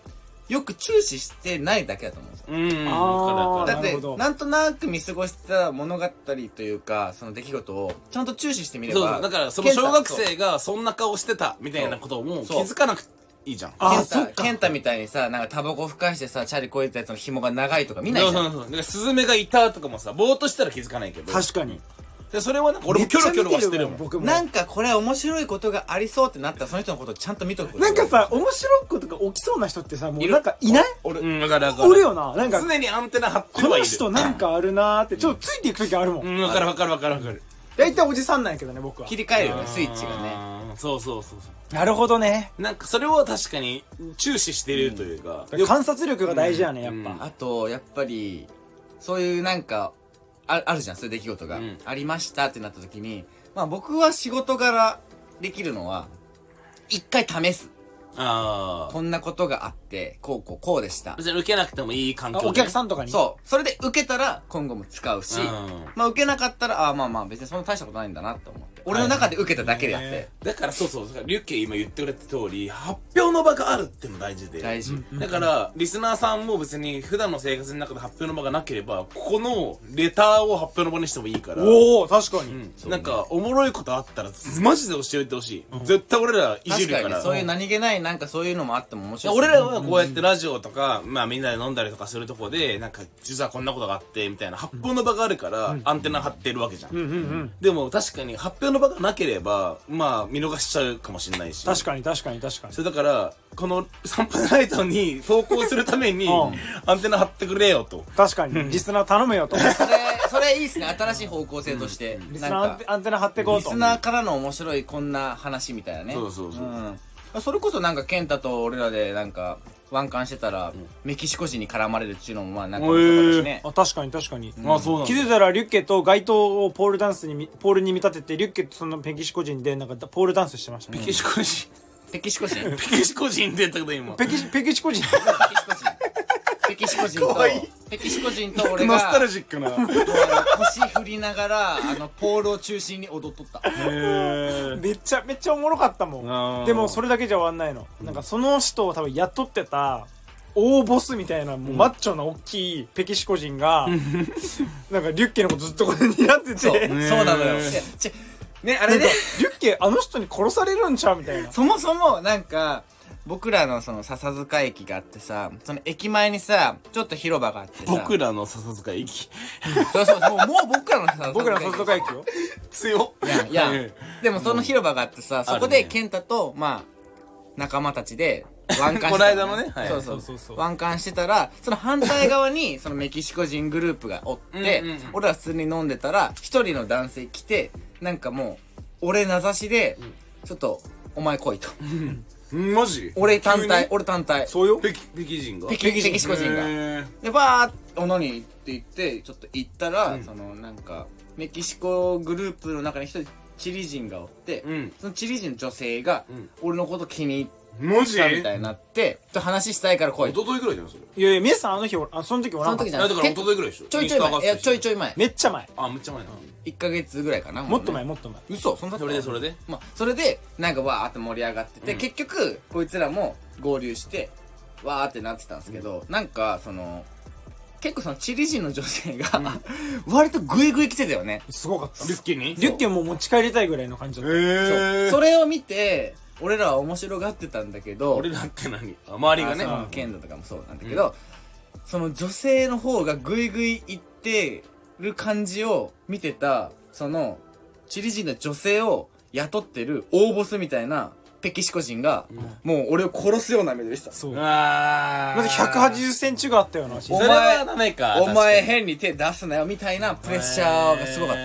Speaker 1: よく注視してないだけだと思うんですよ
Speaker 3: うん
Speaker 2: あー
Speaker 1: だっ
Speaker 2: なる
Speaker 1: て
Speaker 2: ほど
Speaker 1: なんとなく見過ごしてた物語というかその出来事をちゃんと注視してみれば
Speaker 3: そうそうだからその小学生がそんな顔してたみたいなことをもう気づかなくいいじゃん
Speaker 2: あ
Speaker 1: ケンタ
Speaker 2: そっか
Speaker 1: ケンタみたいにさ、なんかタバコふかしてさ、チャリこいたやつの紐が長いとか見ない
Speaker 3: そう
Speaker 1: じゃん。
Speaker 3: そうそうだからスズメがいたとかもさぼーっとしたら気づかないけど
Speaker 2: 確かに
Speaker 3: でそれはなんか俺もキョロキョロはしてるもん
Speaker 2: 僕も
Speaker 1: なんかこれ面白いことがありそうってなったらその人のことをちゃんと見とくこと
Speaker 2: なんかさ面白いことが起きそうな人ってさもうなんかいない
Speaker 3: 俺うんわかるわかる
Speaker 2: おるよななんか
Speaker 3: 常にアンテナ張って
Speaker 2: こ
Speaker 3: はい
Speaker 2: の
Speaker 3: る
Speaker 2: 人なんかあるなーってちょっとついていく時あるも
Speaker 3: うんんわかるわかるわかるわかる
Speaker 2: 大体おじさんなんやけどね僕は
Speaker 1: 切り替えるよね、スイッチがね。
Speaker 3: ねそうそうそうそ
Speaker 2: なるほどね
Speaker 3: うなんかそれを確かに注視してるというか、よく
Speaker 2: 観察力が大事やねやっ
Speaker 3: うん
Speaker 2: ぱ
Speaker 1: あと、やっぱり、そういうなんか、ああるじゃん、そういう出来事が、
Speaker 3: うん
Speaker 1: ありましたってなった時に、まあ僕は仕事柄できるのは、一回試す。
Speaker 3: あ
Speaker 1: こんなことがあって、こうこうこうでした
Speaker 3: あ。別に受けなくてもいい環境
Speaker 2: あ
Speaker 3: で
Speaker 2: お客さんとかに
Speaker 1: そう。それで受けたら今後も使うし、
Speaker 3: うん
Speaker 1: まあ受けなかったら、ああまあまあ別にそんな大したことないんだなって思って。俺の中で受けただけであって、
Speaker 2: ね
Speaker 3: だからそうそうだからリュッケ今言ってくれた通り発表の場があるってのも大事で
Speaker 1: 大事。
Speaker 3: だから、リスナーさんも別に普段の生活の中で発表の場がなければ、ここのレターを発表の場にしてもいいから、
Speaker 2: おお確かに、
Speaker 3: うんなんか、おもろいことあったら、マジで教えてほしい。絶対俺らい
Speaker 1: 確
Speaker 3: じるか。
Speaker 1: からにそういう何気ないなんかそういうのもあっても面白い。
Speaker 3: 俺らはこうやってラジオとか、まあみんなで飲んだりとかするとこで、なんか実はこんなことがあって、みたいな発表の場があるから、アンテナ張ってるわけじゃん。
Speaker 2: うんうん
Speaker 3: でも確かに発表の場がなければ、まあ見逃しちゃうかもしれないし。
Speaker 2: 確かに確かに確かに
Speaker 3: それだから、この散歩ライトに投稿するために、
Speaker 2: うん
Speaker 3: アンテナ張ってくれよと。
Speaker 2: 確かにリスナー頼むよとリス
Speaker 1: それ、それいいっすね。新しい方向性として。なん
Speaker 2: ナーア
Speaker 1: か
Speaker 2: ンテ、アンテナ張ってこう
Speaker 1: リ
Speaker 2: と
Speaker 1: スナーからの面白いこんな話みたいなね。
Speaker 3: そうそうそう
Speaker 1: うん。それこそなんか、健太と俺らでなんか、ワンカンしてたら、メキシコ人に絡まれるっていうのもまあなんか面白かったしね。
Speaker 2: あ確かに確かに、
Speaker 3: あ、そうなん
Speaker 2: 気づいたらリュッケと街灯をポールダンスにみポールに見立ててリュッケとそのペキシコ人でなんかポールダンスしてましたね
Speaker 3: メキシコ人。 <laughs>
Speaker 1: メキシコ人メ
Speaker 3: メキシコ人出たけど今。
Speaker 2: ペキシペキシコ人
Speaker 1: キシコ人。メキシコ人
Speaker 3: <laughs>
Speaker 1: と
Speaker 3: わいい、
Speaker 1: メキシコ人と俺
Speaker 3: ノ
Speaker 1: が、
Speaker 3: スタルジックな。
Speaker 1: 腰振りながら、あの、ポールを中心に踊っとった。
Speaker 2: <laughs> めっちゃめっちゃおもろかった
Speaker 3: あ
Speaker 2: も
Speaker 3: ー
Speaker 2: んでもそれだけじゃ終わんないの、なんかその人を多分雇ってた大ボスみたいなもうマッチョな大きいペキシコ人が、なんかリュッケのことずっとこれになって
Speaker 1: そう、
Speaker 2: て
Speaker 1: そうなのよ。いやちね、あれね。
Speaker 2: リュッケあの人に殺されるんちゃうみたいな
Speaker 1: そもそも、なんか、僕らのその笹塚駅があってさ、その駅前にさ、ちょっと広場があってさ。
Speaker 3: 僕らの笹塚駅。
Speaker 1: そうそう、もうもう僕らの笹塚駅。
Speaker 2: 僕らの外会駅よ
Speaker 3: 強
Speaker 1: いや、いや、でもその広場があってさ、そこ
Speaker 3: ある
Speaker 1: で
Speaker 3: ね
Speaker 1: 健太と、まあ、仲間たちで、ワンカンしてた、
Speaker 3: <laughs> この間のねはい
Speaker 1: そうそう
Speaker 2: そうそうそう
Speaker 1: ワンカンしてたら、その反対側に、 <laughs> そのメキシコ人グループがおって、
Speaker 3: うんうんうん
Speaker 1: 俺ら普通に飲んでたら、一人の男性来て、なんかもう、俺名指しで、ちょっと、お前来いと。
Speaker 3: マジ
Speaker 1: 俺単体、
Speaker 3: 急
Speaker 1: 俺単体。
Speaker 2: そうよ
Speaker 3: にペキ、ペキ人が
Speaker 1: ペキペキシコ人が。
Speaker 3: が。
Speaker 1: で、バーって、おのにって言って、ちょっと行ったら、その、なんか、メキシコグループの中に一人、チリ人がおって、
Speaker 3: うん
Speaker 1: そのチリ人の女性が、
Speaker 3: ん
Speaker 1: 俺のこと気に入
Speaker 3: マ
Speaker 1: っ
Speaker 3: ジ
Speaker 1: たみたいになって、ちょっと話したいから来い
Speaker 3: 一。昨日ぐらいじゃん、それ。
Speaker 2: いやいや皆さんあの日おらあその時お
Speaker 1: その
Speaker 2: らんかっ
Speaker 1: 時
Speaker 2: た
Speaker 1: じゃな
Speaker 3: あだ
Speaker 1: く
Speaker 3: か
Speaker 1: て
Speaker 3: ら一昨日ぐらいでしょ
Speaker 1: ちょいちょい前。いや、ちょいちょい前。
Speaker 2: めっちゃ前
Speaker 3: あ、めっちゃ前な。
Speaker 1: 1ヶ月ぐらいかな。
Speaker 2: もっと前
Speaker 1: うね
Speaker 2: もっと前
Speaker 1: 嘘そんな
Speaker 3: それでそれで
Speaker 1: まあ、それで、なんかわーって盛り上がってて、結局、こいつらも合流して、わーってなってたんですけど、なんか、その、結構そのチリ人の女性が、 <laughs> 割とグイグイ来てたよね。
Speaker 2: すごかった
Speaker 3: リスキに
Speaker 2: リュッケも持ち帰りたいぐらいの感じだった
Speaker 1: そう
Speaker 3: え
Speaker 1: それを見て、俺らは面白がってたんだけど、
Speaker 3: 俺らって何あ周りがね
Speaker 1: あ。その剣道とかもそうなんだけど、その女性の方がグイグイ行ってる感じを見てた、その、チリ人の女性を雇ってる大ボスみたいなペキシコ人が、もう俺を殺すような目でした。
Speaker 2: そうま
Speaker 3: あー
Speaker 2: ず180センチがあったよな
Speaker 3: それはダメか。
Speaker 1: お前変に手出すなよみたいなプレッシャーがすごかった。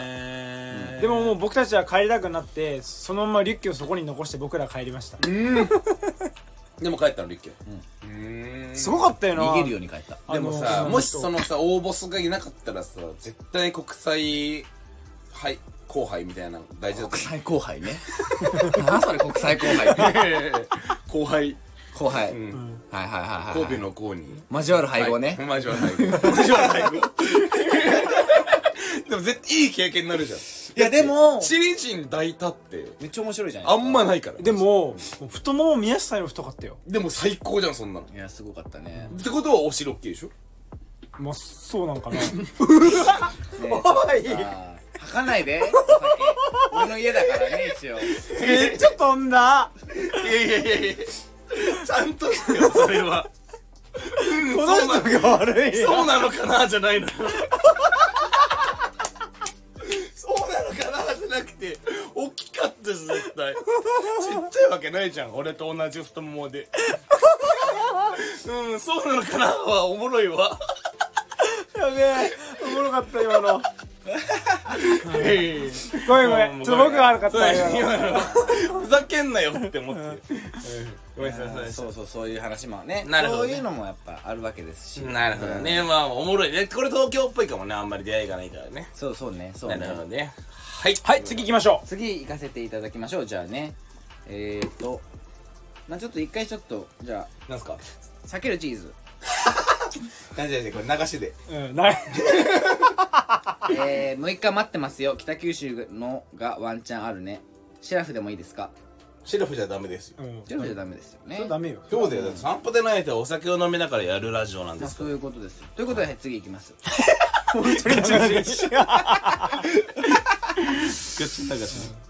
Speaker 3: た
Speaker 2: でももう僕たちは帰りたくなってそのままリュッケをそこに残して僕ら帰りました
Speaker 3: でも帰ったの、リュッケ。うん
Speaker 2: すごかったよな
Speaker 1: 逃げるように帰った。
Speaker 2: あの
Speaker 3: でもさ、もしそ
Speaker 2: の
Speaker 3: のさ、大ボスがいなかったらさ、絶対国際、はい、後輩みたいなの大事だった
Speaker 1: 国。際後
Speaker 3: <laughs>
Speaker 1: 輩ね。なそれ国際後輩って。
Speaker 3: 後輩、
Speaker 1: 後輩。
Speaker 3: ん
Speaker 1: はいはいはいはい。
Speaker 3: 神戸の後に。
Speaker 1: 交わる配合ね。
Speaker 3: はい交わる配合。交わる配合。 <laughs> でも絶対いい経験になるじゃん。
Speaker 1: いやでも
Speaker 3: チリ人抱いたって、
Speaker 1: めっちゃ面白いじゃない
Speaker 3: あ
Speaker 1: ですか
Speaker 3: んまないから。
Speaker 2: で、ももう太もも宮下より太かったよ
Speaker 3: でも最高じゃん、そんなの。
Speaker 1: いや、すごかったね。
Speaker 3: ってことはお尻大きいでしょ
Speaker 2: まあそうなんかな
Speaker 1: おい吐かない
Speaker 3: <laughs>
Speaker 1: で。お酒俺の家だからね、一応。
Speaker 2: めっちゃ飛んだ
Speaker 3: いやいやいやいや。ちゃんとしてよそれは
Speaker 2: この人が悪い
Speaker 3: そうなのかなじゃないのよそうなのかなじゃなくて大きかったです絶対ちっちゃいわけないじゃん俺と同じ太ももでうんそうなのかなはおもろいわ
Speaker 2: やべえおもろかった今の
Speaker 3: はい
Speaker 2: ごめんごめんちょっと僕が悪かっ
Speaker 3: そう
Speaker 2: た
Speaker 3: や
Speaker 2: 今の
Speaker 3: 今のふざけんなよって思ってうんごめんなさい
Speaker 1: そうそうそうそういう話もね
Speaker 3: なるほどね
Speaker 1: そういうのもやっぱあるわけですし
Speaker 3: なるほどね。まあ、おもろいね。これ東京っぽいかもね。あんまり出会いがないからね。
Speaker 1: そうそうねそう
Speaker 3: な
Speaker 1: ね
Speaker 3: るほどね。はい。
Speaker 2: はい次行きましょ
Speaker 1: 次行かせていただきましょうじゃあねえー、っとまあちょっと一回ちょっとじゃあ
Speaker 3: なんすか
Speaker 1: 避けるチーズ
Speaker 3: 大丈夫これ流しで。
Speaker 2: ううんない
Speaker 1: えー、6日待ってますよ北九州のがワンチャンあるねシラフでもいいですか
Speaker 3: シェルフじゃダメですよ。
Speaker 2: うん
Speaker 1: シラフじゃダメですよね
Speaker 2: それダメよ
Speaker 3: 今日でだって散歩でないとお酒を飲みながらやるラジオなんですか
Speaker 1: そういうことですということで次行きます
Speaker 2: <laughs>
Speaker 3: ら。流し。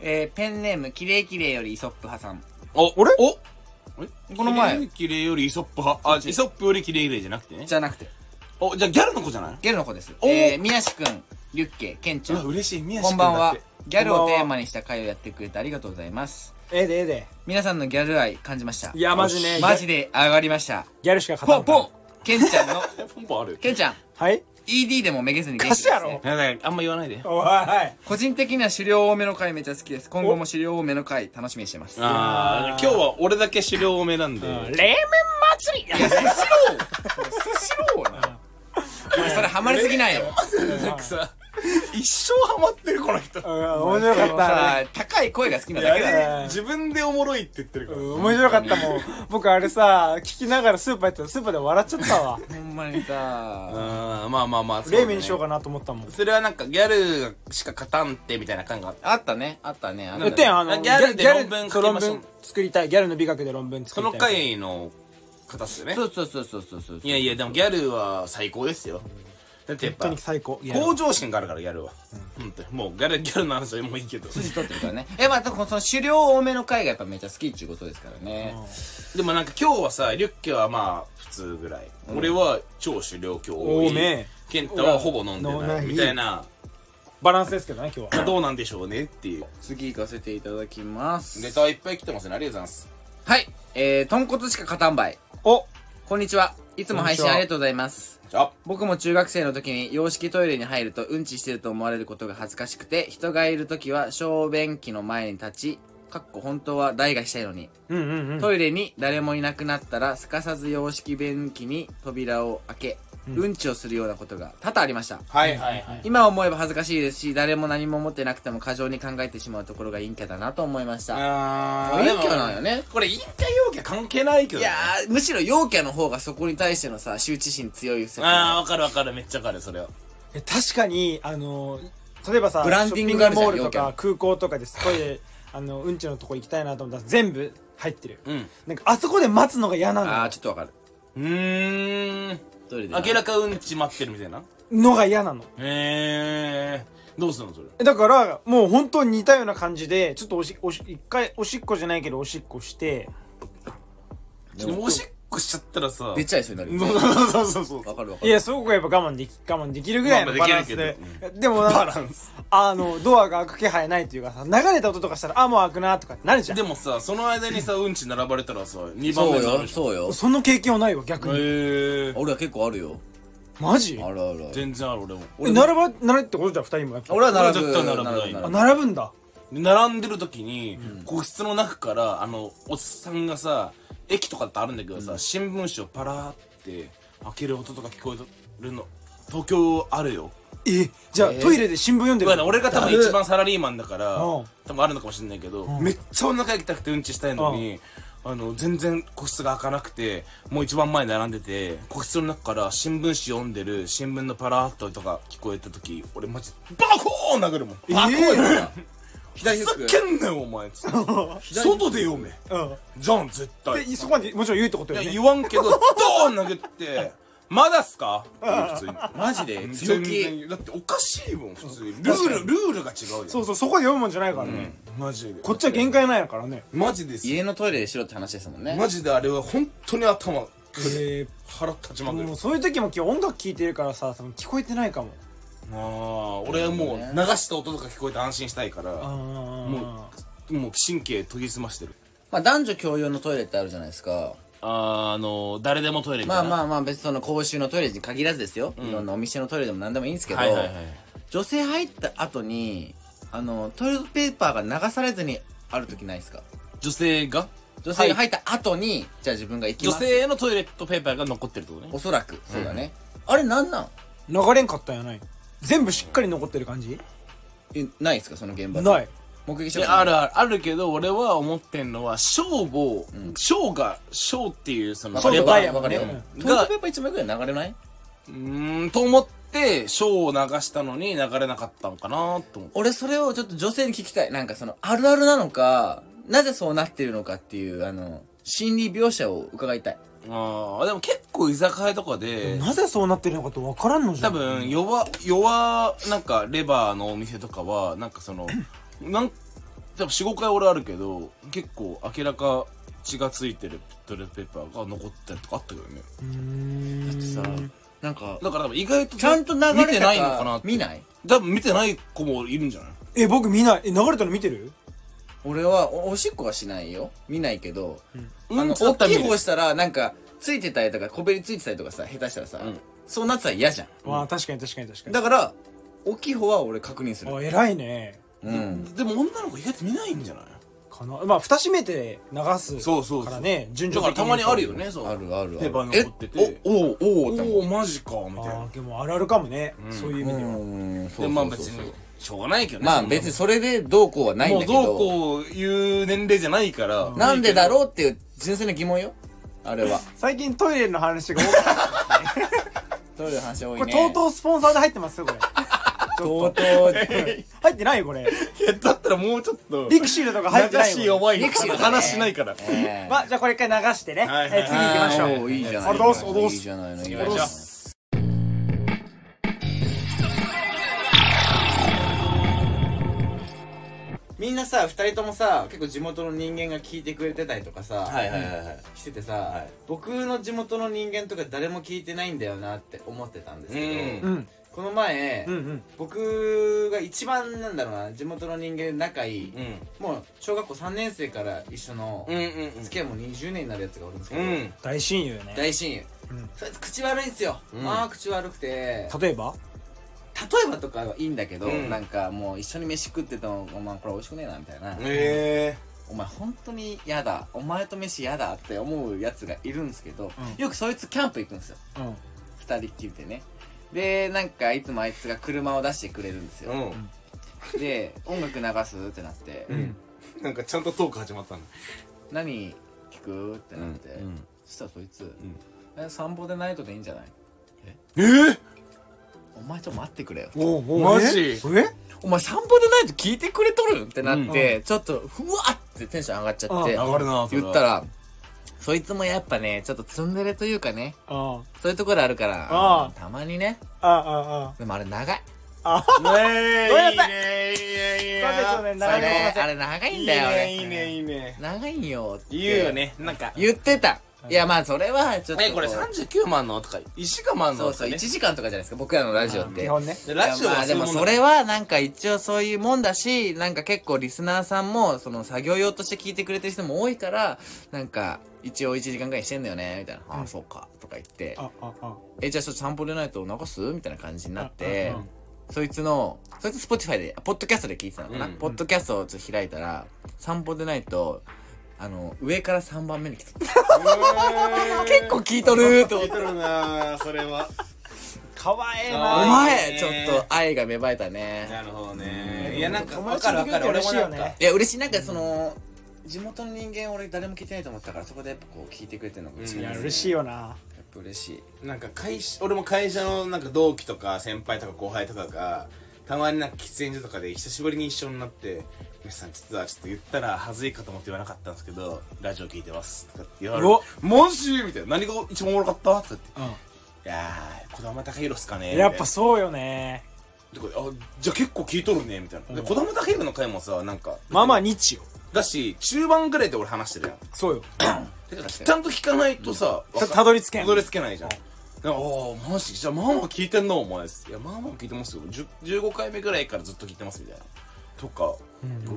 Speaker 1: えー、ペンネームキレイキレイよりイソップ派さん
Speaker 3: お、俺お
Speaker 1: この前
Speaker 3: キレイよりイソップ派。あ、イソップよりキレイキレイじゃなくてね
Speaker 1: じ。ゃなくて
Speaker 3: お、じゃあギャルの子じゃない
Speaker 1: ゲルの子です
Speaker 3: お
Speaker 1: えー、宮志くんリュッケケンち
Speaker 3: う
Speaker 1: ゃ
Speaker 3: わ、
Speaker 1: ん
Speaker 3: 嬉しい。宮
Speaker 1: こ
Speaker 3: 下
Speaker 1: ん
Speaker 3: 君
Speaker 1: ばん
Speaker 3: だっ
Speaker 1: は
Speaker 3: て。
Speaker 1: ギャルをテーマにした回をやってくれてありがとうございます
Speaker 2: ええでええで
Speaker 1: 皆さんのギャル愛感じました
Speaker 2: いやマジね
Speaker 1: マジで上がりました
Speaker 2: ギャルしか勝
Speaker 1: ポ
Speaker 2: た
Speaker 1: ン
Speaker 2: んから
Speaker 1: ポンケンちゃんの
Speaker 3: え、ポンポンある
Speaker 1: ケンちゃん
Speaker 2: はい
Speaker 1: ED でもめげずに元気で
Speaker 2: 歌詞
Speaker 1: す、
Speaker 2: やろ
Speaker 1: ね、
Speaker 3: いやだからあんま言わないで。
Speaker 2: おい
Speaker 1: 個人的には狩猟多めの回めっちゃ好きです今後も狩猟多めの回楽しみにしてます
Speaker 3: あー、今日は俺だけ狩猟多めなんで。
Speaker 2: 冷麺祭り
Speaker 1: スシロースシローなお前それハマりすぎないよ
Speaker 3: なんかさ、一生ハマってるこの人。
Speaker 2: うん面白かったね
Speaker 1: さあ高い声が好きない
Speaker 3: や
Speaker 1: だ
Speaker 3: あ
Speaker 1: けだね
Speaker 2: ね
Speaker 3: れ自分でおもろいって言ってるから。
Speaker 2: 面白かったもん僕あれさ聞きながらスーパー行ったらスーパーで笑っちゃったわ
Speaker 1: ほんまにさ
Speaker 3: あーまあまあまあ、そうだね
Speaker 2: 冷麺にしようかなと思ったもん
Speaker 3: それはなんかギャルしか勝たんってみたいな感があった
Speaker 1: あったねあったねあった
Speaker 2: 言ってんやんあの
Speaker 3: ギャルで
Speaker 2: ギャ
Speaker 3: 論文
Speaker 2: そう
Speaker 3: 書き
Speaker 2: 論
Speaker 3: ましょう
Speaker 2: 文作りたいギャルの美学で論文
Speaker 3: そ
Speaker 2: 作り
Speaker 3: の
Speaker 2: たい
Speaker 3: 回の方っすよね
Speaker 1: そうそうそうそうそうそう
Speaker 3: いやいやでもギャルは最高ですよだってやっ
Speaker 2: 本当
Speaker 3: ぱ
Speaker 2: に最高ギャル
Speaker 3: 向上心があるからギャルは、うん、もうギャルギャルの話はもういいけど
Speaker 1: 筋取ってるからねえまあその狩猟多めの回がやっぱめっちゃ好きっていうことですからね
Speaker 3: でもなんか今日はさリュッケはまあ普通ぐらい、俺は超狩猟今日多
Speaker 2: 多
Speaker 3: い
Speaker 2: め
Speaker 3: ケンタはほぼ飲んで
Speaker 2: 飲ま
Speaker 3: な
Speaker 2: ないい
Speaker 3: みたいな
Speaker 2: バランスですけどね今日は
Speaker 3: どうなんでしょうねっていう
Speaker 1: 次行かせていただきます
Speaker 3: ネタはいっぱい来てますねありがとうございます
Speaker 1: はいえー、豚骨しか勝たんばい
Speaker 2: お
Speaker 1: こんにちはいつも配信
Speaker 2: こんにちは
Speaker 1: ありがとうございます
Speaker 3: じゃあ
Speaker 1: 僕も中学生の時に洋式トイレに入るとうんちしてると思われることが恥ずかしくて人がいる時は小便器の前に立ちかっこ本当は台がしたいのに
Speaker 2: うんうんうん
Speaker 1: トイレに誰もいなくなったらすかさず洋式便器に扉を開け、うん、ちをするようなことが多々ありました
Speaker 3: はいはいはい
Speaker 1: 今思えば恥ずかしいですし誰も何も持ってなくても過剰に考えてしまうところが陰キャだなと思いました
Speaker 3: あ
Speaker 1: 陰キャなんよね
Speaker 3: これ陰キャ陽キャ関係ないけど
Speaker 1: い
Speaker 3: ね
Speaker 1: やーむしろ陽キャの方がそこに対してのさ羞恥心強い説
Speaker 3: ああわかるわかるめっちゃわかるそれは
Speaker 2: え確かにあの例えばさ
Speaker 1: ブランディングがあ
Speaker 2: ショッ
Speaker 1: る
Speaker 2: ピ
Speaker 1: じゃん
Speaker 2: モールと
Speaker 1: 要
Speaker 2: か空港とかですトイレあのうんちのとこ行きたいなと思ったら全部入ってる、
Speaker 3: うん
Speaker 2: なんかあそこで待つのが嫌な
Speaker 1: あー
Speaker 2: の
Speaker 1: ちょっとわかる
Speaker 3: うーん
Speaker 1: どれでな
Speaker 3: 明らかうんち待ってるみたいな
Speaker 2: のが嫌なの
Speaker 3: へえー、どうすんのそれ
Speaker 2: だからもう本当に似たような感じでちょっとおしおし一回おしっこじゃないけどおしっこして
Speaker 3: でもおしっこしちゃったらさ
Speaker 1: 出ちゃいそうになるよね
Speaker 3: そうそうそうそう
Speaker 1: わかるわか
Speaker 2: い
Speaker 1: る
Speaker 2: やそこがやっぱ我慢でき我慢できるぐらいの
Speaker 3: ま
Speaker 2: バ
Speaker 3: あま
Speaker 2: ラ
Speaker 3: あ
Speaker 2: ン
Speaker 3: でき
Speaker 2: ス
Speaker 3: るけ
Speaker 2: で
Speaker 3: ど、
Speaker 2: でもなん
Speaker 3: バ
Speaker 2: か
Speaker 3: ランス
Speaker 2: あのドアが開く気配ないというかさ流れた音とかしたらあもう開くなとかってなるじゃん
Speaker 3: でもさその間にさうんち並ばれたらさ2番目
Speaker 1: そう
Speaker 3: になる
Speaker 1: よ
Speaker 3: でしょ
Speaker 1: そうよ
Speaker 2: その経験はないわ逆に
Speaker 3: へえー、
Speaker 1: 俺は結構あるよ
Speaker 2: マジ
Speaker 1: あるあるある
Speaker 3: 全然ある俺も
Speaker 2: え並ばないってことじゃん二人もやっぱ
Speaker 1: 俺は並ぶ
Speaker 3: 俺絶対並ぶ
Speaker 1: 並ぶ並ぶ
Speaker 2: あ並ぶんだ
Speaker 3: で並んでる時に、個室の中からあのおっさんがさ駅とかってあるんだけどさ、新聞紙をパラーって開ける音とか聞こえるの東京あるよ
Speaker 2: えじゃあ、
Speaker 1: えー
Speaker 2: トイレで新聞読んで
Speaker 3: だか
Speaker 2: る
Speaker 3: ら
Speaker 2: の
Speaker 3: 俺が多分一番サラリーマンだから
Speaker 2: うん
Speaker 3: 多分あるのかもしれないけど、めっちゃお腹痛くてうんちしたいのに、あの全然個室が開かなくてもう一番前に並んでて個室の中から新聞紙読んでる新聞のパラーっととか聞こえた時俺マジバコーン殴るもん「ふ
Speaker 1: あこう
Speaker 2: えー
Speaker 1: よ左フ
Speaker 3: ざ
Speaker 1: ック
Speaker 3: けんなよお前」つって「外で読め」じゃん絶
Speaker 2: うん
Speaker 3: 対
Speaker 2: でそこまでもちろん言うってこと
Speaker 3: い
Speaker 2: よ
Speaker 3: や
Speaker 2: ね
Speaker 3: 言わんけどドーン殴ってまだっすか普通に
Speaker 1: マジで強
Speaker 3: 全
Speaker 1: 気
Speaker 3: 然だっておかしいもん普通にルールルールが違うよ
Speaker 2: そうそうそこは読むもんじゃないからね、
Speaker 3: マジで
Speaker 2: こっちは限界ないからね
Speaker 3: マジです
Speaker 1: 家のトイレでしろって話ですもんね
Speaker 3: マジであれは本当に頭
Speaker 2: え
Speaker 3: 腹立ちま
Speaker 2: ー、
Speaker 3: くる
Speaker 2: もうそういう時も今日音楽聴いてるからさ多分聞こえてないかも
Speaker 3: ああ俺はもう流した音とか聞こえて安心したいから
Speaker 2: あ
Speaker 3: も
Speaker 2: も
Speaker 3: うもう神経研ぎ澄ましてる
Speaker 1: まあ男女共用のトイレってあるじゃないですか
Speaker 3: あーあの誰でもトイレみ
Speaker 1: ま
Speaker 3: た
Speaker 1: あ
Speaker 3: いな
Speaker 1: ま
Speaker 3: あ
Speaker 1: あまあ別にその公衆のトイレに限らずですよ、いろんなお店のトイレでも何でもいいんですけど、
Speaker 3: はいはいはい
Speaker 1: 女性入った後にあのトイレットペーパーが流されずにある時ないですか
Speaker 3: 女性が
Speaker 1: 女性が入った後に、じゃあ自分が行き
Speaker 3: 女
Speaker 1: ます
Speaker 3: 性のトイレットペーパーが残ってるってことね
Speaker 1: おそらくそうだね、あれなんなん
Speaker 2: う流れんかったんやない全部しっかり残ってる感じ
Speaker 1: えないですかその現場で
Speaker 2: ない
Speaker 1: 目撃者
Speaker 3: いやあるあるあるけど俺は思ってんのは消防消が消っていうその
Speaker 1: わかるよ
Speaker 3: レバー
Speaker 1: わかるよ、
Speaker 2: うん
Speaker 1: トイレットペーパー1枚ぐらい流れないう
Speaker 3: ーんと思って賞を流したのに流れなかったのかなと思って
Speaker 1: 俺それをちょっと女性に聞きたいなんかそのあるあるなのかなぜそうなってるのかっていうあの心理描写を伺いたい
Speaker 3: ああでも結構居酒屋とかで
Speaker 2: なぜそうなってるのかと分からんのじゃ
Speaker 3: 多
Speaker 2: ん
Speaker 3: 分弱弱なんかレバーのお店とかはなんか
Speaker 1: <clears throat>
Speaker 3: そのなん多分45回俺あるけど結構明らか血がついてるトイレットペーパーが残ってるとかあったけどね
Speaker 2: うーん
Speaker 1: さなんか
Speaker 3: だから多分意外と
Speaker 1: ちゃんと流れ
Speaker 3: 見てないのかなって
Speaker 1: 見ない
Speaker 3: 多分見てない子もいるんじゃない
Speaker 2: え僕見ないえ流れたの見てる
Speaker 1: 俺はおおしっこはしないよ見ないけど、あ
Speaker 3: うん
Speaker 1: の
Speaker 3: ちだ
Speaker 1: 大
Speaker 3: ったら
Speaker 1: き
Speaker 3: 見
Speaker 1: い
Speaker 3: る
Speaker 1: 方したらなんかついてたりとかこべりついてたりとかさ下手したらさ、
Speaker 3: ん
Speaker 1: そうなってたら嫌じゃん
Speaker 2: わあ確かに確かに確かに
Speaker 1: だから大きい方は俺確認する
Speaker 2: あ偉いね
Speaker 1: うん
Speaker 3: でも女の子意外と見ないんじゃない
Speaker 2: かなまあ蓋閉めて流す
Speaker 3: そうそうそう
Speaker 2: からね順
Speaker 3: だ
Speaker 2: 序
Speaker 3: から
Speaker 2: 的
Speaker 3: た
Speaker 2: に
Speaker 3: まにあるよねそう
Speaker 1: あるあるあ
Speaker 3: レ
Speaker 1: る
Speaker 3: バー残ってて
Speaker 1: えおおおおって
Speaker 3: おおマジかみたいな
Speaker 2: ああでもあるあるかもね、そういう意味では、
Speaker 1: うんそうそうそうそう
Speaker 3: でまあ別にしょうがないけどね
Speaker 1: まあ別にそれでどうこうはないん
Speaker 3: も
Speaker 1: だ
Speaker 3: う
Speaker 1: けど
Speaker 3: どうこういう年齢じゃないから
Speaker 1: なんでだろうっていう純粋な疑問よあれ
Speaker 3: <laughs>
Speaker 1: は
Speaker 2: 最近トイレの話が多かった
Speaker 1: どういう話多い
Speaker 2: こ
Speaker 1: ね
Speaker 2: れとうとうスポンサーで入ってます
Speaker 1: <laughs>
Speaker 2: よこれ
Speaker 1: とうと
Speaker 3: <laughs>
Speaker 1: う
Speaker 2: 入ってないよこれ
Speaker 3: いやだったらもうちょっと
Speaker 2: リクシールとか入ってない
Speaker 3: しい
Speaker 2: よこ
Speaker 3: 弱い
Speaker 1: ミクシィのね
Speaker 3: 話しないから
Speaker 1: ええ
Speaker 2: れまあじゃあこれ一回流してね、
Speaker 3: はいはい
Speaker 2: えー次行きましょう
Speaker 1: あーいいじゃない
Speaker 2: あれどうすどう
Speaker 1: い
Speaker 2: す
Speaker 1: いじゃないのいいじゃ
Speaker 3: よ
Speaker 1: ない
Speaker 3: い
Speaker 1: の
Speaker 3: しょ
Speaker 1: みんなさ2人ともさ結構地元の人間が聞いてくれてたりとかさ、
Speaker 3: はいはいはいはい
Speaker 1: しててさ、僕の地元の人間とか誰も聞いてないんだよなって思ってたんですけど、
Speaker 2: うん
Speaker 1: この前、
Speaker 2: うんうん
Speaker 1: 僕が一番なんだろうな地元の人間で仲いい、
Speaker 3: うん
Speaker 1: もう小学校3年生から一緒の、
Speaker 3: うんうん
Speaker 1: 付き合いも20年になるやつがおるんですけ
Speaker 3: う
Speaker 1: ど、
Speaker 3: んうん
Speaker 2: 大親友ね
Speaker 1: 大親友、
Speaker 2: うん
Speaker 1: そいつ口悪いんすよ、
Speaker 3: うん
Speaker 1: まあ口悪くて
Speaker 2: 例えば
Speaker 1: 例えばとかはいいんだけど、
Speaker 3: うん
Speaker 1: なんかもう一緒に飯食ってても「お前これ美味しくねえな」みたいな、
Speaker 3: え
Speaker 1: お前本当に嫌だお前と飯嫌だって思うやつがいるんですけど、
Speaker 2: うん
Speaker 1: よくそいつキャンプ行くんですよ
Speaker 2: うん
Speaker 1: 二人っきりでねでなんかいつもあいつが車を出してくれるんです
Speaker 3: う
Speaker 1: よ、
Speaker 3: ん
Speaker 1: で音楽流すってなって、
Speaker 2: ん
Speaker 3: なんかちゃんとトーク始まったの
Speaker 1: 何聞くってなって、
Speaker 3: うんうん
Speaker 1: そしたらそいつ、え散歩でナイトでいいんじゃない
Speaker 3: えー
Speaker 1: お前ちょっと待ってくれよ
Speaker 2: おうおう
Speaker 3: マジ
Speaker 2: ええ
Speaker 1: お前散歩でないと聞いてくれとるんってなって、ちょっとふわってテンション上がっちゃって、
Speaker 2: う
Speaker 3: 上がるなそれ
Speaker 1: 言っ
Speaker 3: は
Speaker 1: たらそいつもやっぱねちょっとツンデレというかね
Speaker 2: あ
Speaker 1: そういうところあるから
Speaker 2: あ
Speaker 1: たまにね
Speaker 2: ああああ
Speaker 1: でもあれ長い
Speaker 2: あ
Speaker 3: ねえ
Speaker 2: ごめんなさ
Speaker 3: いいねいいねい
Speaker 2: そうです
Speaker 3: いね
Speaker 1: あれ
Speaker 2: よね長いのごめんな
Speaker 1: あ
Speaker 2: さ
Speaker 1: れ長
Speaker 2: い
Speaker 1: い
Speaker 3: い
Speaker 1: ん
Speaker 3: い
Speaker 1: だよ
Speaker 3: ねいい
Speaker 1: 俺
Speaker 3: ねいいね
Speaker 1: 長いんよって
Speaker 3: 言うよねなんか
Speaker 1: 言ってたいやまあそれはちょっと
Speaker 3: えこれ39万のとか石が万の
Speaker 1: そう
Speaker 3: と
Speaker 1: そ
Speaker 3: か
Speaker 1: う1
Speaker 3: ね
Speaker 1: 時間とかじゃないですか僕らのラジオって
Speaker 2: 基本ね
Speaker 3: でラジオ
Speaker 1: いやま
Speaker 3: は
Speaker 1: あでも
Speaker 3: ういうも
Speaker 1: そ
Speaker 3: んだ
Speaker 1: れはなんか一応そういうもんだしなんか結構リスナーさんもその作業用として聞いてくれてる人も多いからなんか一応1時間ぐらいしてんだよねみたいな「ああそうか」とか言って
Speaker 2: あああ
Speaker 1: 「えじゃあちょっと散歩でないと流す?」みたいな感じになっ
Speaker 2: う
Speaker 1: て
Speaker 2: んうんうん
Speaker 1: そいつのそいつ Spotify であポッドキャストで聞いてたのかな、
Speaker 3: うんうん
Speaker 1: ポッドキャストをちょっと開いたら散歩でないとあの上から3番目に来た <laughs> 結構聞いとる
Speaker 3: <laughs>
Speaker 1: と思って。
Speaker 3: るなそれは
Speaker 2: かわええ
Speaker 1: お
Speaker 3: 可愛い
Speaker 2: な
Speaker 1: 前、
Speaker 3: ね
Speaker 1: ちょっと愛が芽生えたね。
Speaker 3: なるほどねいやなんか
Speaker 2: 友
Speaker 3: わ
Speaker 2: 達
Speaker 3: かるわかる
Speaker 2: と
Speaker 3: 俺
Speaker 2: 嬉
Speaker 3: も
Speaker 2: しい
Speaker 3: な
Speaker 2: よ
Speaker 3: ん
Speaker 2: ね
Speaker 3: か
Speaker 1: いや嬉しいなんかその地元の人間俺誰も聞いてないと思ったからそこでやっぱこう聞いてくれてるのが嬉しい
Speaker 3: うん
Speaker 1: で
Speaker 2: い
Speaker 1: すね
Speaker 2: や嬉しいよな
Speaker 1: やっぱ嬉しい
Speaker 3: なんか会社俺も会社のなんか同期とか先輩とか後輩とかがたまになんか喫煙所とかで久しぶりに一緒になって「皆さん実はちょっと言ったら恥ずいかと思って言わなかったんですけどラジオ聞いてます」とかって言われる
Speaker 2: うわ
Speaker 3: 「マジ?」みたいな「何が一番おもろかった?」とかって「いやー、児玉隆弘っすかね。
Speaker 2: やっぱそうよね
Speaker 3: とかあ、じゃあ結構聞いとるね、みたいな。で、児玉隆弘の回もさ、なんか、
Speaker 2: まあまあ日よ
Speaker 3: だし、中盤ぐらいで俺話してるやん。
Speaker 2: そうよ
Speaker 3: ちゃんと聞かないとさ、わか
Speaker 2: たたどり着けん
Speaker 3: たどり着けないじゃん。なんかおー、マジじゃあ、まあまあ聞いてんのお前。いや、まあまあ聞いてますよ。10 15回目ぐらいからずっと聞いてます、みたいな。とか、